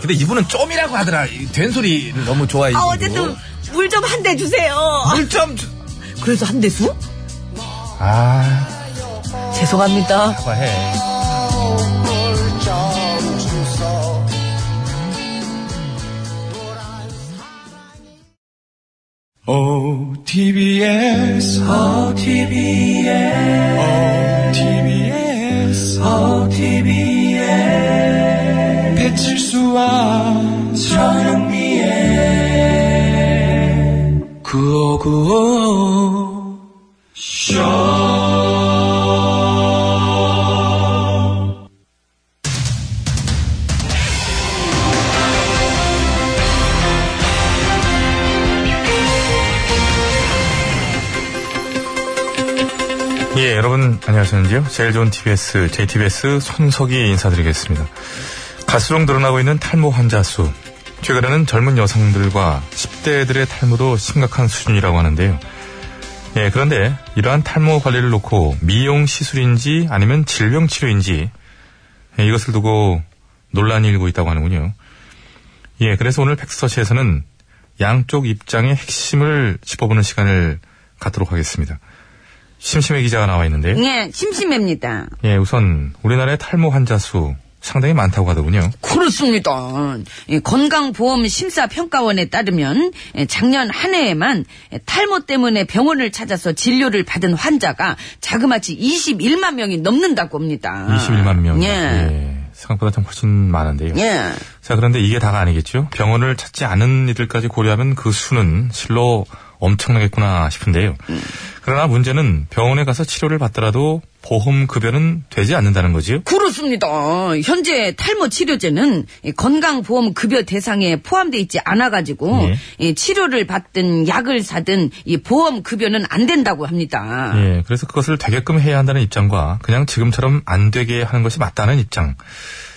Speaker 5: 근데 이분은 좀이라고 하더라. 이 된소리를 너무 좋아해.
Speaker 14: 아 어쨌든 물 좀 한 대 주세요.
Speaker 5: 물좀
Speaker 14: 그래서 한 대수?
Speaker 5: 아,
Speaker 14: 죄송합니다.
Speaker 5: 과해.
Speaker 7: OTBS, OTBS, OTBS, OTBS. 배칠수와 저녁미에 구호구호.
Speaker 8: 예, 여러분 안녕하셨는지요? 제일 좋은 TBS, JTBS 손석희 인사드리겠습니다. 갈수록 늘어나고 있는 탈모 환자 수. 최근에는 젊은 여성들과 10대들의 탈모도 심각한 수준이라고 하는데요. 예, 그런데 이러한 탈모 관리를 놓고 미용 시술인지 아니면 질병 치료인지 예, 이것을 두고 논란이 일고 있다고 하는군요. 예, 그래서 오늘 팩스터치에서는 양쪽 입장의 핵심을 짚어보는 시간을 갖도록 하겠습니다. 심심해 기자가 나와 있는데요.
Speaker 2: 예, 심심합니다.
Speaker 8: 예, 우선 우리나라의 탈모 환자 수 상당히 많다고 하더군요.
Speaker 2: 그렇습니다. 이 예, 건강보험 심사평가원에 따르면 예, 작년 한 해에만 예, 탈모 때문에 병원을 찾아서 진료를 받은 환자가 자그마치 21만 명이 넘는다고 합니다.
Speaker 8: 21만 명.
Speaker 2: 아, 예.
Speaker 8: 예, 생각보다 좀 훨씬 많은데요.
Speaker 2: 예.
Speaker 8: 자, 그런데 이게 다가 아니겠죠? 병원을 찾지 않은 이들까지 고려하면 그 수는 실로 엄청나겠구나 싶은데요.
Speaker 2: 음.
Speaker 8: 그러나 문제는 병원에 가서 치료를 받더라도 보험 급여는 되지 않는다는 거지요.
Speaker 2: 그렇습니다. 현재 탈모 치료제는 이 건강보험 급여 대상에 포함돼 있지 않아가지고
Speaker 8: 예.
Speaker 2: 이 치료를 받든 약을 사든 이 보험 급여는 안 된다고 합니다.
Speaker 8: 예, 그래서 그것을 되게끔 해야 한다는 입장과 그냥 지금처럼 안 되게 하는 것이 맞다는 입장.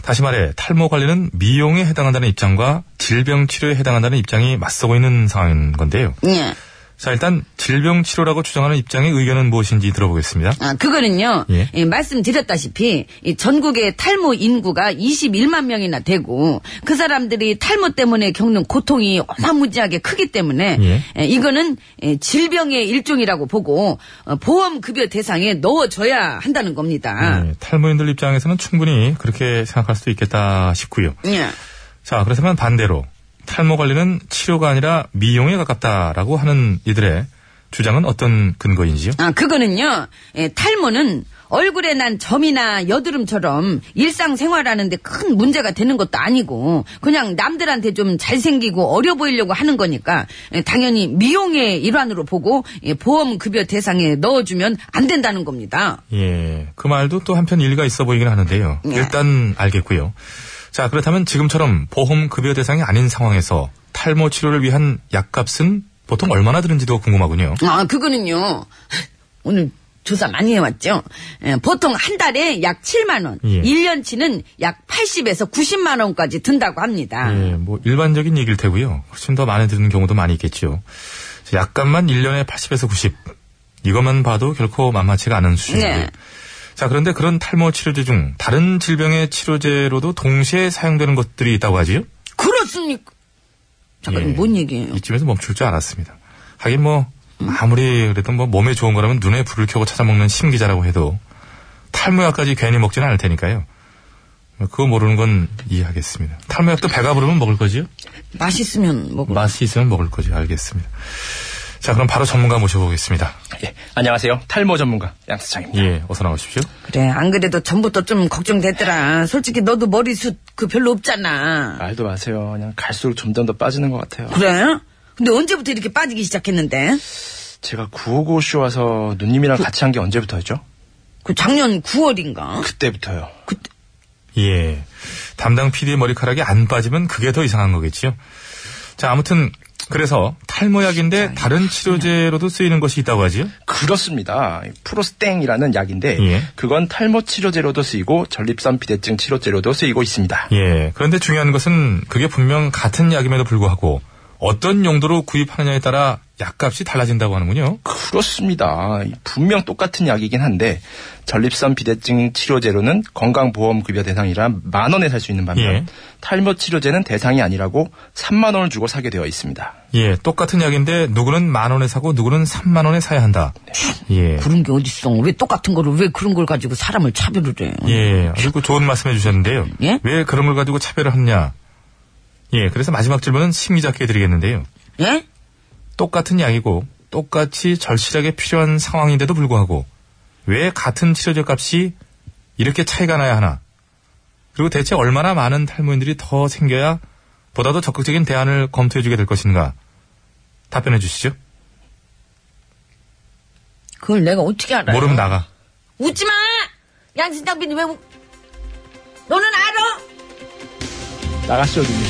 Speaker 8: 다시 말해 탈모 관리는 미용에 해당한다는 입장과 질병 치료에 해당한다는 입장이 맞서고 있는 상황인 건데요.
Speaker 2: 예.
Speaker 8: 자, 일단 질병 치료라고 주장하는 입장의 의견은 무엇인지 들어보겠습니다.
Speaker 2: 아, 그거는요,
Speaker 8: 예.
Speaker 2: 예, 말씀드렸다시피, 이 전국의 탈모 인구가 21만 명이나 되고, 그 사람들이 탈모 때문에 겪는 고통이 어마무지하게 크기 때문에,
Speaker 8: 예.
Speaker 2: 예, 이거는 예, 질병의 일종이라고 보고, 어, 보험급여 대상에 넣어줘야 한다는 겁니다.
Speaker 8: 예, 탈모인들 입장에서는 충분히 그렇게 생각할 수도 있겠다 싶고요.
Speaker 2: 예.
Speaker 8: 자, 그렇다면 반대로 탈모 관리는 치료가 아니라 미용에 가깝다라고 하는 이들의 주장은 어떤 근거인지요?
Speaker 2: 아, 그거는요, 예, 탈모는 얼굴에 난 점이나 여드름처럼 일상생활하는데 큰 문제가 되는 것도 아니고, 그냥 남들한테 좀 잘생기고 어려 보이려고 하는 거니까, 예, 당연히 미용의 일환으로 보고, 예, 보험급여 대상에 넣어주면 안 된다는 겁니다.
Speaker 8: 예, 그 말도 또 한편 일리가 있어 보이긴 하는데요. 일단 알겠고요. 자, 그렇다면 지금처럼 보험 급여 대상이 아닌 상황에서 탈모 치료를 위한 약값은 보통 얼마나 드는지도 궁금하군요.
Speaker 2: 아, 그거는요, 오늘 조사 많이 해왔죠? 예, 보통 한 달에 약 7만원,
Speaker 8: 예.
Speaker 2: 일 1년치는 약 80에서 90만원까지 든다고 합니다.
Speaker 8: 예, 뭐 일반적인 얘기일 테고요. 훨씬 더 많이 드는 경우도 많이 있겠죠. 자, 약값만 1년에 80에서 90. 이것만 봐도 결코 만만치가 않은 수준이고요.
Speaker 2: 네.
Speaker 8: 자, 그런데 그런 탈모 치료제 중 다른 질병의 치료제로도 동시에 사용되는 것들이 있다고 하지요?
Speaker 2: 그렇습니까? 잠깐,
Speaker 8: 예.
Speaker 2: 뭔 얘기예요?
Speaker 8: 이쯤에서 멈출 줄 알았습니다. 하긴 뭐 아무리 그래도 뭐 몸에 좋은 거라면 눈에 불을 켜고 찾아먹는 심기자라고 해도 탈모약까지 괜히 먹지는 않을 테니까요. 그거 모르는 건 이해하겠습니다. 탈모약도 배가 부르면 먹을 거지요?
Speaker 14: 맛있으면 먹을
Speaker 8: 맛이 있으면 먹을 거지. 알겠습니다. 자, 그럼 바로 전문가 모셔보겠습니다.
Speaker 7: 예, 안녕하세요. 탈모 전문가 양수창입니다.
Speaker 8: 예, 어서 나오십시오.
Speaker 14: 그래 안 그래도 전부터 좀 걱정됐더라 솔직히 너도 머리숱 그 별로 없잖아
Speaker 7: 말도 마세요. 그냥 갈수록 점점 더 빠지는 것 같아요.
Speaker 14: 그래? 근데 언제부터 이렇게 빠지기 시작했는데
Speaker 7: 제가 955쇼 와서 누님이랑 같이 한 게 언제부터였죠?
Speaker 14: 그 작년 9월인가
Speaker 7: 그때부터요.
Speaker 8: 예. 담당 PD의 머리카락이 안 빠지면 그게 더 이상한 거겠지요. 자, 아무튼 그래서 탈모약인데 다른 치료제로도 쓰이는 것이 있다고 하지요?
Speaker 7: 그렇습니다. 프로스땡이라는 약인데
Speaker 8: 예.
Speaker 7: 그건 탈모 치료제로도 쓰이고 전립선 비대증 치료제로도 쓰이고 있습니다.
Speaker 8: 예. 그런데 중요한 것은 그게 분명 같은 약임에도 불구하고 어떤 용도로 구입하느냐에 따라 약값이 달라진다고 하는군요.
Speaker 7: 그렇습니다. 분명 똑같은 약이긴 한데 전립선 비대증 치료제로는 건강보험급여 대상이라 만 원에 살 수 있는 반면
Speaker 8: 예.
Speaker 7: 탈모 치료제는 대상이 아니라고 3만 원을 주고 사게 되어 있습니다.
Speaker 8: 예, 똑같은 약인데 누구는 만 원에 사고 누구는 3만 원에 사야 한다. 예.
Speaker 14: 그런 게 어딨어 왜 똑같은 거를 왜 그런 걸 가지고 사람을 차별을 해
Speaker 8: 예, 아주 그 좋은 말씀 해주셨는데요.
Speaker 14: 예?
Speaker 8: 왜 그런 걸 가지고 차별을 하느냐? 예, 그래서 마지막 질문은 심리자께 드리겠는데요.
Speaker 14: 예?
Speaker 8: 똑같은 약이고 똑같이 절실하게 필요한 상황인데도 불구하고 왜 같은 치료제 값이 이렇게 차이가 나야 하나? 그리고 대체 얼마나 많은 탈모인들이 더 생겨야 보다 더 적극적인 대안을 검토해주게 될 것인가? 답변해 주시죠.
Speaker 14: 그걸 내가 어떻게 알아요
Speaker 8: 모름 나가.
Speaker 14: 웃지마 양신장 비님 왜 웃... 너는 알아?
Speaker 7: 나갔어요, 누님.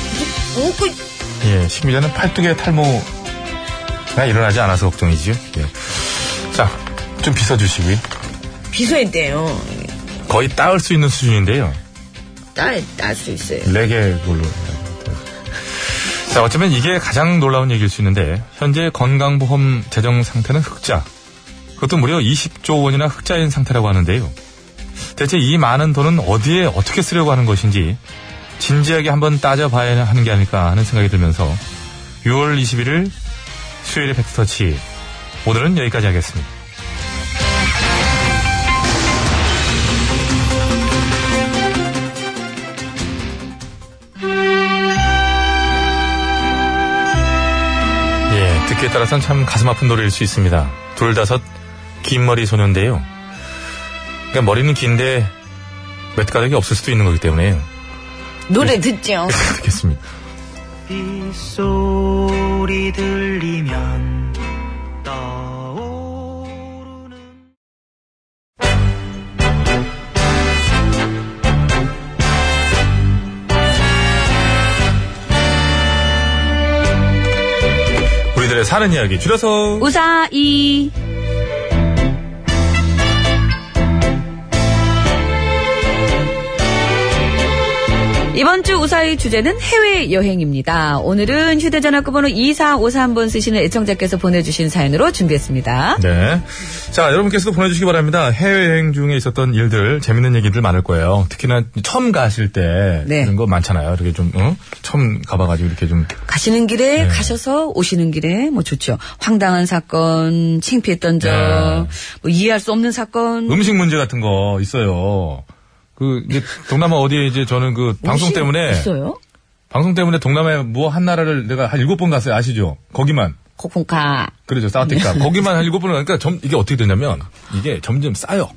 Speaker 14: 웃고 있-
Speaker 8: 예, 심리자는 팔뚝에 탈모가 일어나지 않아서 걱정이지요. 예. 자, 좀 빗어주시고요.
Speaker 14: 비서인데요
Speaker 8: 거의 따을 수 있는 수준인데요.
Speaker 14: 딸딸수 있어요
Speaker 8: 레게 걸로. 자, 어쩌면 이게 가장 놀라운 얘기일 수 있는데, 현재 건강보험 재정 상태는 흑자. 그것도 무려 20조 원이나 흑자인 상태라고 하는데요. 대체 이 많은 돈은 어디에 어떻게 쓰려고 하는 것인지, 진지하게 한번 따져봐야 하는 게 아닐까 하는 생각이 들면서, 6월 21일 수요일의 팩스터치. 오늘은 여기까지 하겠습니다. 예, 듣기에 따라선 참 가슴 아픈 노래일 수 있습니다. 둘다섯 긴 머리 소녀인데요. 그러니까 머리는 긴데 몇 가닥이 없을 수도 있는 거기 때문에요.
Speaker 14: 노래 듣죠
Speaker 8: 그렇겠습니다.
Speaker 11: 빗소리 들리면 떠오르는
Speaker 8: 우리들의 사는 이야기 줄여서
Speaker 2: 우사이.
Speaker 14: 이번 주 우사의 주제는 해외여행입니다. 오늘은 휴대전화 끝번호 2453번 쓰시는 애청자께서 보내주신 사연으로 준비했습니다.
Speaker 8: 네. 자, 여러분께서도 보내주시기 바랍니다. 해외여행 중에 있었던 일들, 재밌는 얘기들 많을 거예요. 특히나 처음 가실 때
Speaker 14: 네.
Speaker 8: 그런 거 많잖아요. 이렇게 좀, 어? 처음 가봐가지고 이렇게 좀.
Speaker 14: 가시는
Speaker 8: 네.
Speaker 14: 길에 가셔서 오시는 길에 뭐 좋죠. 황당한 사건, 창피했던 점,
Speaker 8: 네.
Speaker 14: 뭐 이해할 수 없는 사건.
Speaker 8: 음식 문제 같은 거 있어요. 그, 이제 동남아 어디에 이제 저는 그 방송
Speaker 14: 음식
Speaker 8: 때문에.
Speaker 14: 있어요?
Speaker 8: 방송 때문에 동남아에 뭐 한 나라를 내가 한 일곱 번 갔어요. 아시죠? 거기만.
Speaker 14: 코콩카.
Speaker 8: 그러죠.
Speaker 14: 네.
Speaker 8: 사와테카. 거기만 한 일곱 번을 가니까 점, 이게 어떻게 되냐면 이게 점점 싸요.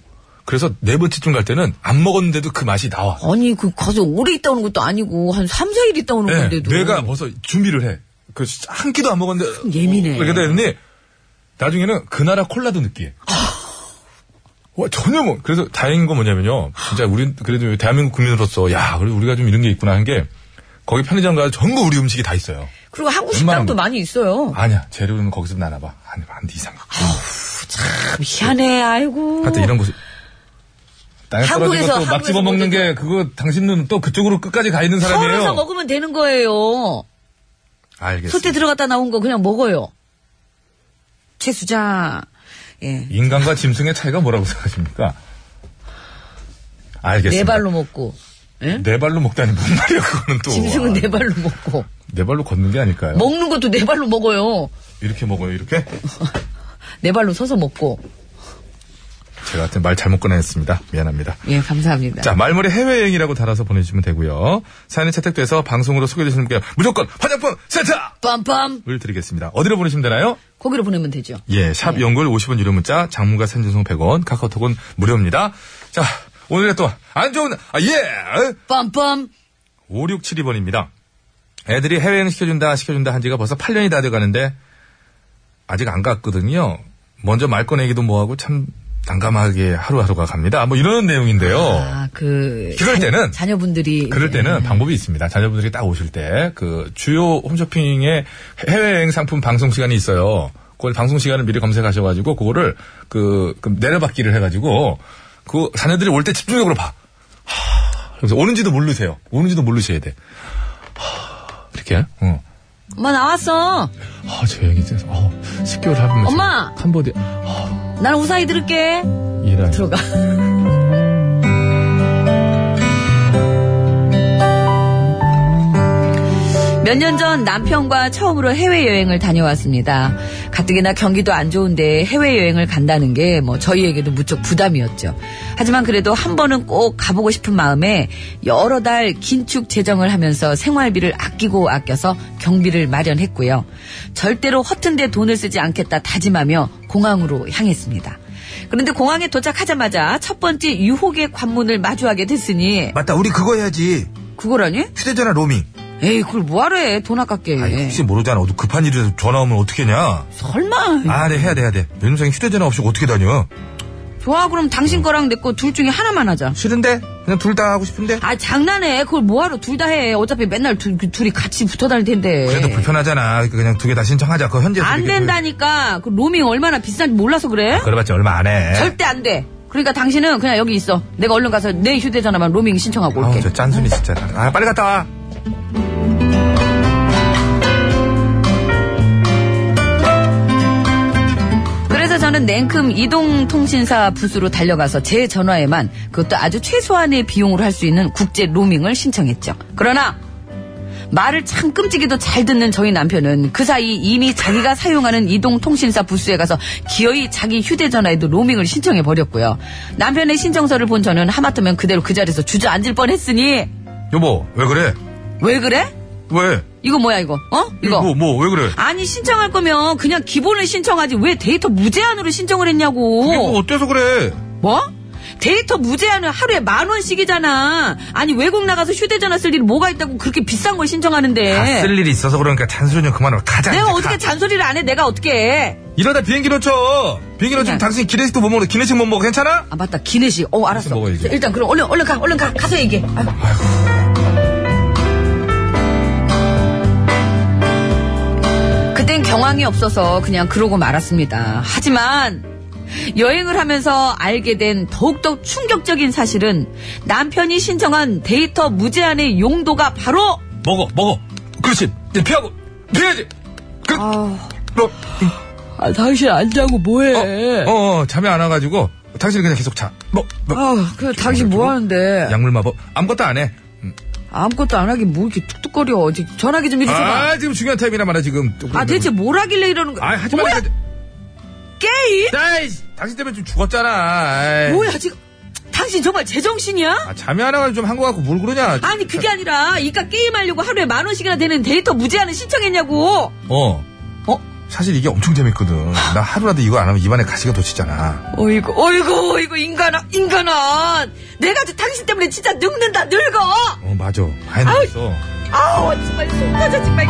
Speaker 8: 그래서 네 번째쯤 갈 때는 안 먹었는데도 그 맛이 나와.
Speaker 14: 아니 그 가서 오래 있다 오는 것도 아니고 한 3, 4일 있다 오는
Speaker 8: 네,
Speaker 14: 건데도.
Speaker 8: 뇌가 벌써 준비를 해. 그 한 끼도 안 먹었는데 어,
Speaker 14: 예민해.
Speaker 8: 그렇게 되는데 나중에는 그 나라 콜라도 느끼해.
Speaker 14: 아.
Speaker 8: 와, 전혀 뭐 그래서 다행인 건 뭐냐면요. 진짜 우리 그래도 대한민국 국민으로서 야 그래도 우리가 좀 이런 게 있구나 한 게 거기 편의점 가서 전부 우리 음식이 다 있어요.
Speaker 14: 그리고 한국
Speaker 8: 웬만한
Speaker 14: 식당도
Speaker 8: 거.
Speaker 14: 많이 있어요.
Speaker 8: 아니야 재료는 거기서 나눠봐. 아니 안돼 이상해.
Speaker 14: 어. 참 희한해. 아이고.
Speaker 8: 하여튼 이런 곳이 땅에
Speaker 14: 한국에서,
Speaker 8: 떨어진 것도 막
Speaker 14: 한국에서
Speaker 8: 집어 먹는
Speaker 14: 먹는
Speaker 8: 게 그거 당신은 또 그쪽으로 끝까지 가 있는
Speaker 14: 서울에서
Speaker 8: 사람이에요.
Speaker 14: 먹으면 되는 거예요. 소태
Speaker 8: 알겠습니다.
Speaker 14: 들어갔다 나온 거 그냥 먹어요. 채수자. 예.
Speaker 8: 인간과 짐승의 차이가 뭐라고 생각하십니까?
Speaker 14: 네
Speaker 8: 알겠습니다.
Speaker 14: 발로 먹고. 예?
Speaker 8: 네 발로 먹다니 뭔 말이야 그거는 또.
Speaker 14: 짐승은
Speaker 8: 와,
Speaker 14: 네 발로 먹고.
Speaker 8: 네 발로 걷는 게 아닐까요?
Speaker 14: 먹는 것도 네 발로 먹어요.
Speaker 8: 이렇게 먹어요 이렇게.
Speaker 14: 네 발로 서서 먹고.
Speaker 8: 제가 하여튼 말 잘못 꺼냈습니다. 미안합니다.
Speaker 14: 예, 감사합니다.
Speaker 8: 자, 말머리 해외여행이라고 달아서 보내주시면 되고요. 사연이 채택돼서 방송으로 소개되시는 분께 무조건 화장품 세트를
Speaker 14: 빰빰!
Speaker 8: 드리겠습니다. 어디로 보내시면 되나요?
Speaker 14: 거기로 보내면 되죠.
Speaker 8: 예,
Speaker 14: 네.
Speaker 8: 샵 연글 50원 유료 문자, 장문과 산진송 100원, 카카오톡은 무료입니다. 자, 오늘의 또 안 좋은, 아, 예!
Speaker 14: 빰빰!
Speaker 8: 5672번입니다. 애들이 해외여행 시켜준다, 시켜준다 한 지가 벌써 8년이 다 돼가는데, 아직 안 갔거든요. 먼저 말 꺼내기도 뭐하고 참 난감하게 하루하루가 갑니다. 뭐 이런 내용인데요.
Speaker 14: 아, 그.
Speaker 8: 그럴 때는-
Speaker 14: 자녀분들이.
Speaker 8: 그럴
Speaker 14: 이제-
Speaker 8: 때는 방법이 있습니다. 자녀분들이 딱 오실 때, 그, 주요 홈쇼핑의 해외여행 상품 방송 시간이 있어요. 그걸 방송 시간을 미리 검색하셔가지고, 그거를, 그, 그 내려받기를 해가지고, 그, 자녀들이 올 때 집중적으로 봐. 하, 그래서 오는지도 모르세요. 오는지도 모르셔야 돼. 하, 이렇게, 어.
Speaker 14: 엄마 나왔어!
Speaker 8: 아, 저 여행이 진짜, 어, 10개월 하면.
Speaker 14: 엄마!
Speaker 8: 캄보디아, 아,
Speaker 14: 난 우사히 들을게!
Speaker 8: 이란.
Speaker 14: 들어가. 몇 년 전 남편과 처음으로 해외여행을 다녀왔습니다. 가뜩이나 경기도 안 좋은데 해외여행을 간다는 게 뭐 저희에게도 무척 부담이었죠. 하지만 그래도 한 번은 꼭 가보고 싶은 마음에 여러 달 긴축 재정을 하면서 생활비를 아끼고 아껴서 경비를 마련했고요. 절대로 허튼 데 돈을 쓰지 않겠다 다짐하며 공항으로 향했습니다. 그런데 공항에 도착하자마자 첫 번째 유혹의 관문을 마주하게 됐으니
Speaker 5: 맞다, 그러니까 우리 그거 해야지.
Speaker 14: 그거라니?
Speaker 5: 휴대전화 로밍.
Speaker 14: 에이 그걸 뭐하러 해 돈 아깝게
Speaker 5: 아니, 혹시 모르잖아. 어디 급한 일이라서 전화 오면 어떻게 하냐.
Speaker 14: 설마
Speaker 5: 아, 네, 해야 돼, 해야 돼. 요즘생 휴대전화 없이 어떻게 다녀?
Speaker 14: 좋아 그럼 당신 거랑 내 거 둘 중에 하나만 하자
Speaker 5: 싫은데? 그냥 둘 다 하고 싶은데?
Speaker 14: 아 장난해 그걸 뭐하러 둘 다 해 어차피 맨날 둘, 그 둘이 같이 붙어 다닐 텐데
Speaker 5: 그래도 불편하잖아. 그러니까 그냥 두 개 다 신청하자. 그거 현재.
Speaker 14: 네. 안 된다니까 그 로밍 얼마나 비싼지 몰라서 그래
Speaker 5: 그래봤자 얼마 안 해.
Speaker 14: 절대 안돼 그러니까 당신은 그냥 여기 있어 내가 얼른 가서 내 휴대전화만 로밍 신청하고 올게
Speaker 5: 아우, 저 짠순이 진짜. 아, 빨리 갔다 와.
Speaker 14: 그래서 저는 냉큼 이동통신사 부스로 달려가서 제 전화에만 그것도 아주 최소한의 비용으로 할 수 있는 국제 로밍을 신청했죠. 그러나 말을 참 끔찍이도 잘 듣는 저희 남편은 그 사이 이미 자기가 사용하는 이동통신사 부스에 가서 기어이 자기 휴대전화에도 로밍을 신청해 버렸고요. 남편의 신청서를 본 저는 하마터면 그대로 그 자리에서 주저앉을 뻔했으니
Speaker 5: 여보, 왜 그래?
Speaker 14: 왜 그래?
Speaker 5: 왜?
Speaker 14: 이거 뭐야 이거? 어? 이거
Speaker 5: 뭐, 뭐, 왜 그래?
Speaker 14: 아니 신청할 거면 그냥 기본을 신청하지 왜 데이터 무제한으로 신청을 했냐고.
Speaker 5: 이게 뭐 어때서 그래?
Speaker 14: 뭐? 데이터 무제한은 하루에 만 원씩이잖아. 아니 외국 나가서 휴대전화 쓸 일이 뭐가 있다고 그렇게 비싼 걸
Speaker 5: 다
Speaker 14: 신청하는데.
Speaker 5: 쓸 일이 있어서 그러니까 잔소리 좀 그만하고 가자.
Speaker 14: 네. 내가
Speaker 5: 이제
Speaker 14: 어떻게
Speaker 5: 가.
Speaker 14: 잔소리를 안 해? 내가 어떻게 해?
Speaker 5: 이러다 비행기 놓쳐. 비행기 놓치면
Speaker 14: 그냥.
Speaker 5: 당신 기내식도 못 먹어. 기내식 못 먹어. 괜찮아?
Speaker 14: 아 맞다 기내식. 어 알았어.
Speaker 8: 먹어야지.
Speaker 14: 일단 그럼 얼른 얼른 가 얼른 가 가서 얘기해. 아유. 그땐 경황이 없어서 그냥 그러고 말았습니다. 하지만 여행을 하면서 알게 된 더욱더 충격적인 사실은 남편이 신청한 데이터 무제한의 용도가 바로
Speaker 5: 먹어, 먹어. 그렇지. 이제 피하고. 피해야지. 그, 뭐,
Speaker 14: 아, 당신 안 자고 뭐해?
Speaker 8: 어, 어, 잠이 안 와가지고, 당신이 그냥 계속 자. 뭐, 뭐,
Speaker 14: 아, 그 당신 뭐 하는데?
Speaker 8: 약물 마법. 아무것도 안 해.
Speaker 14: 아무것도 안 하긴 뭐 이렇게 툭툭거려. 이제 전화기 좀 이리 줘봐.
Speaker 8: 아, 지금 중요한 타임이라 말이야, 지금.
Speaker 14: 아, 대체 뭘 하길래 이러는 거야?
Speaker 8: 아, 하지 마.
Speaker 14: 뭐야? 게임?
Speaker 8: 아이, 당신 때문에 좀 죽었잖아. 아이.
Speaker 14: 뭐야, 지금. 당신 정말 제정신이야?
Speaker 8: 아, 잠이 안 와가지고 좀 한 거 같고 뭘 그러냐.
Speaker 14: 아니, 그게 아니라, 이까 게임하려고 하루에 만 원씩이나 되는 데이터 무제한을 신청했냐고!
Speaker 8: 어.
Speaker 14: 어?
Speaker 8: 사실 이게 엄청 재밌거든. 나 하루라도 이거 안 하면 입안에 가시가 돋치잖아.
Speaker 14: 어이구, 어이구, 어이구, 인간아, 인간아! 내가 아주 당신 때문에 진짜 늙는다, 늙어!
Speaker 8: 어, 맞아. 많이 나왔어.
Speaker 14: 아우, 정말, 손 터져, 정말.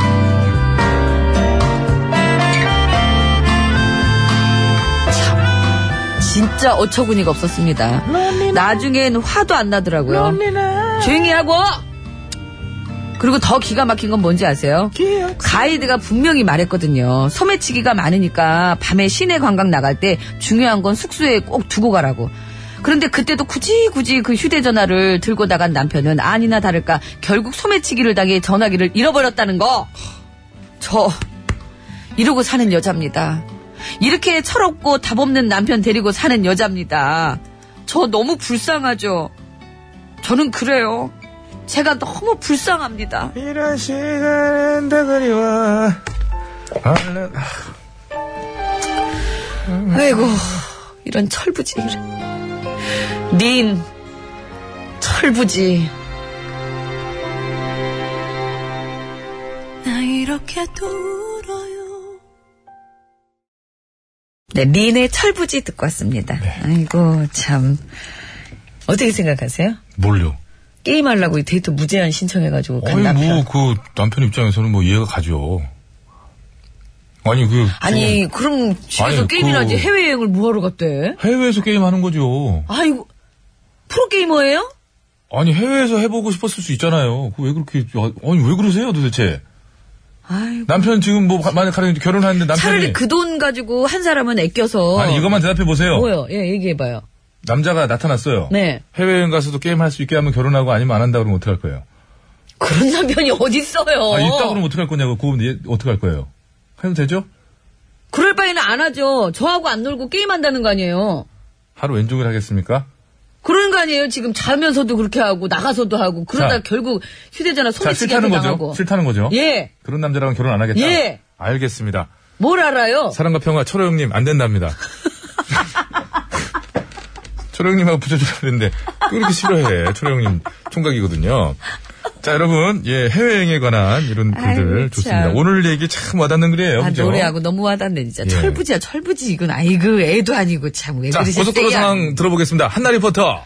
Speaker 14: 참, 진짜 어처구니가 없었습니다. 나중엔 화도 안 나더라고요. 조용히 하고! 그리고 더 기가 막힌 건 뭔지 아세요? 가이드가 분명히 말했거든요. 소매치기가 많으니까 밤에 시내 관광 나갈 때 중요한 건 숙소에 꼭 두고 가라고. 그런데 그때도 굳이 굳이 그 휴대전화를 들고 나간 남편은 아니나 다를까 결국 소매치기를 당해 전화기를 잃어버렸다는 거. 저 이러고 사는 여자입니다. 이렇게 철없고 답없는 남편 데리고 사는 여자입니다. 저 너무 불쌍하죠. 저는 그래요. 제가 너무 불쌍합니다.
Speaker 8: 이런 시간엔 다 그리워.
Speaker 14: 아이고 이런 철부지 이런. 닌 철부지.
Speaker 15: 나 이렇게 돌아요.
Speaker 14: 네, 린의 철부지 듣고 왔습니다.
Speaker 8: 네.
Speaker 14: 아이고, 참. 어떻게 생각하세요?
Speaker 8: 뭘요?
Speaker 14: 게임하려고 데이트 무제한 신청해가지고 간
Speaker 8: 아니
Speaker 14: 남편.
Speaker 8: 뭐 그 남편 입장에서는 뭐 이해가 가죠. 아니 그
Speaker 14: 아니, 그럼 집에서
Speaker 8: 아니,
Speaker 14: 게임이나
Speaker 8: 그-
Speaker 14: 하지 해외여행을 뭐하러
Speaker 8: 지금
Speaker 14: 갔대?
Speaker 8: 해외에서 게임하는 거죠.
Speaker 14: 아이고, 프로게이머예요?
Speaker 8: 아니 해외에서 해보고 싶었을 수 있잖아요. 그왜 그렇게 아니 왜 그러세요 도대체?
Speaker 14: 아이고.
Speaker 8: 남편 지금 뭐 만약 가령 결혼하는데
Speaker 14: 차라리
Speaker 8: 남편이
Speaker 14: 그 돈 가지고 한 사람은 아껴서.
Speaker 8: 아, 아니 이것만 대답해 보세요.
Speaker 14: 뭐요? 예, 얘기해봐요.
Speaker 8: 남자가 나타났어요.
Speaker 14: 네.
Speaker 8: 해외여행 가서도 게임 할 수 있게 하면 결혼하고 아니면 안 한다 그러면 어떡할 거예요?
Speaker 14: 그런 남편이 어딨어요.
Speaker 8: 아, 있다 그러면 어떡할 거냐고 그거 이제 어떡할 거예요? 해도 되죠?
Speaker 14: 그럴 바에는 안 하죠. 저하고 안 놀고 게임한다는 거 아니에요.
Speaker 8: 하루 왼쪽을 하겠습니까?
Speaker 14: 그런 거 아니에요. 지금 자면서도 그렇게 하고 나가서도 하고 그러다
Speaker 8: 자.
Speaker 14: 결국 휴대전화
Speaker 8: 자
Speaker 14: 소매치기
Speaker 8: 싫다는
Speaker 14: 한번
Speaker 8: 거죠.
Speaker 14: 당하고.
Speaker 8: 싫다는 거죠.
Speaker 14: 예.
Speaker 8: 그런 남자랑은 결혼 안 하겠다.
Speaker 14: 예.
Speaker 8: 알겠습니다.
Speaker 14: 뭘 알아요?
Speaker 8: 사랑과 평화 철호 형님 안 된답니다. 철호 형님하고 붙여줘야 되는데 그렇게 싫어해. 철호 형님 총각이거든요. 자 여러분 예 해외여행에 관한 이런 글들
Speaker 14: 아이고,
Speaker 8: 좋습니다.
Speaker 14: 참.
Speaker 8: 오늘 얘기 참 와닿는 글이에요.
Speaker 14: 아,
Speaker 8: 그죠?
Speaker 14: 노래하고 너무 와닿네 진짜.
Speaker 8: 예.
Speaker 14: 철부지야 철부지 이건 아이고 애도 아니고 참 왜
Speaker 8: 자
Speaker 14: 그러셨어요?
Speaker 8: 고속도로 상황 들어보겠습니다. 한나 리포터.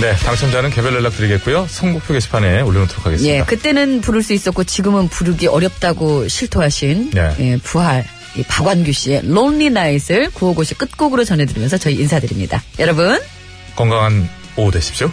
Speaker 8: 네, 당첨자는 개별 연락 드리겠고요. 선곡표 게시판에 올려놓도록 하겠습니다.
Speaker 14: 예, 그때는 부를 수 있었고 지금은 부르기 어렵다고 실토하신
Speaker 8: 네.
Speaker 14: 예, 부활 이 박완규 씨의 론리 나잇을 구호고시 끝곡으로 전해드리면서 저희 인사드립니다. 여러분.
Speaker 8: 건강한 오후 되십시오.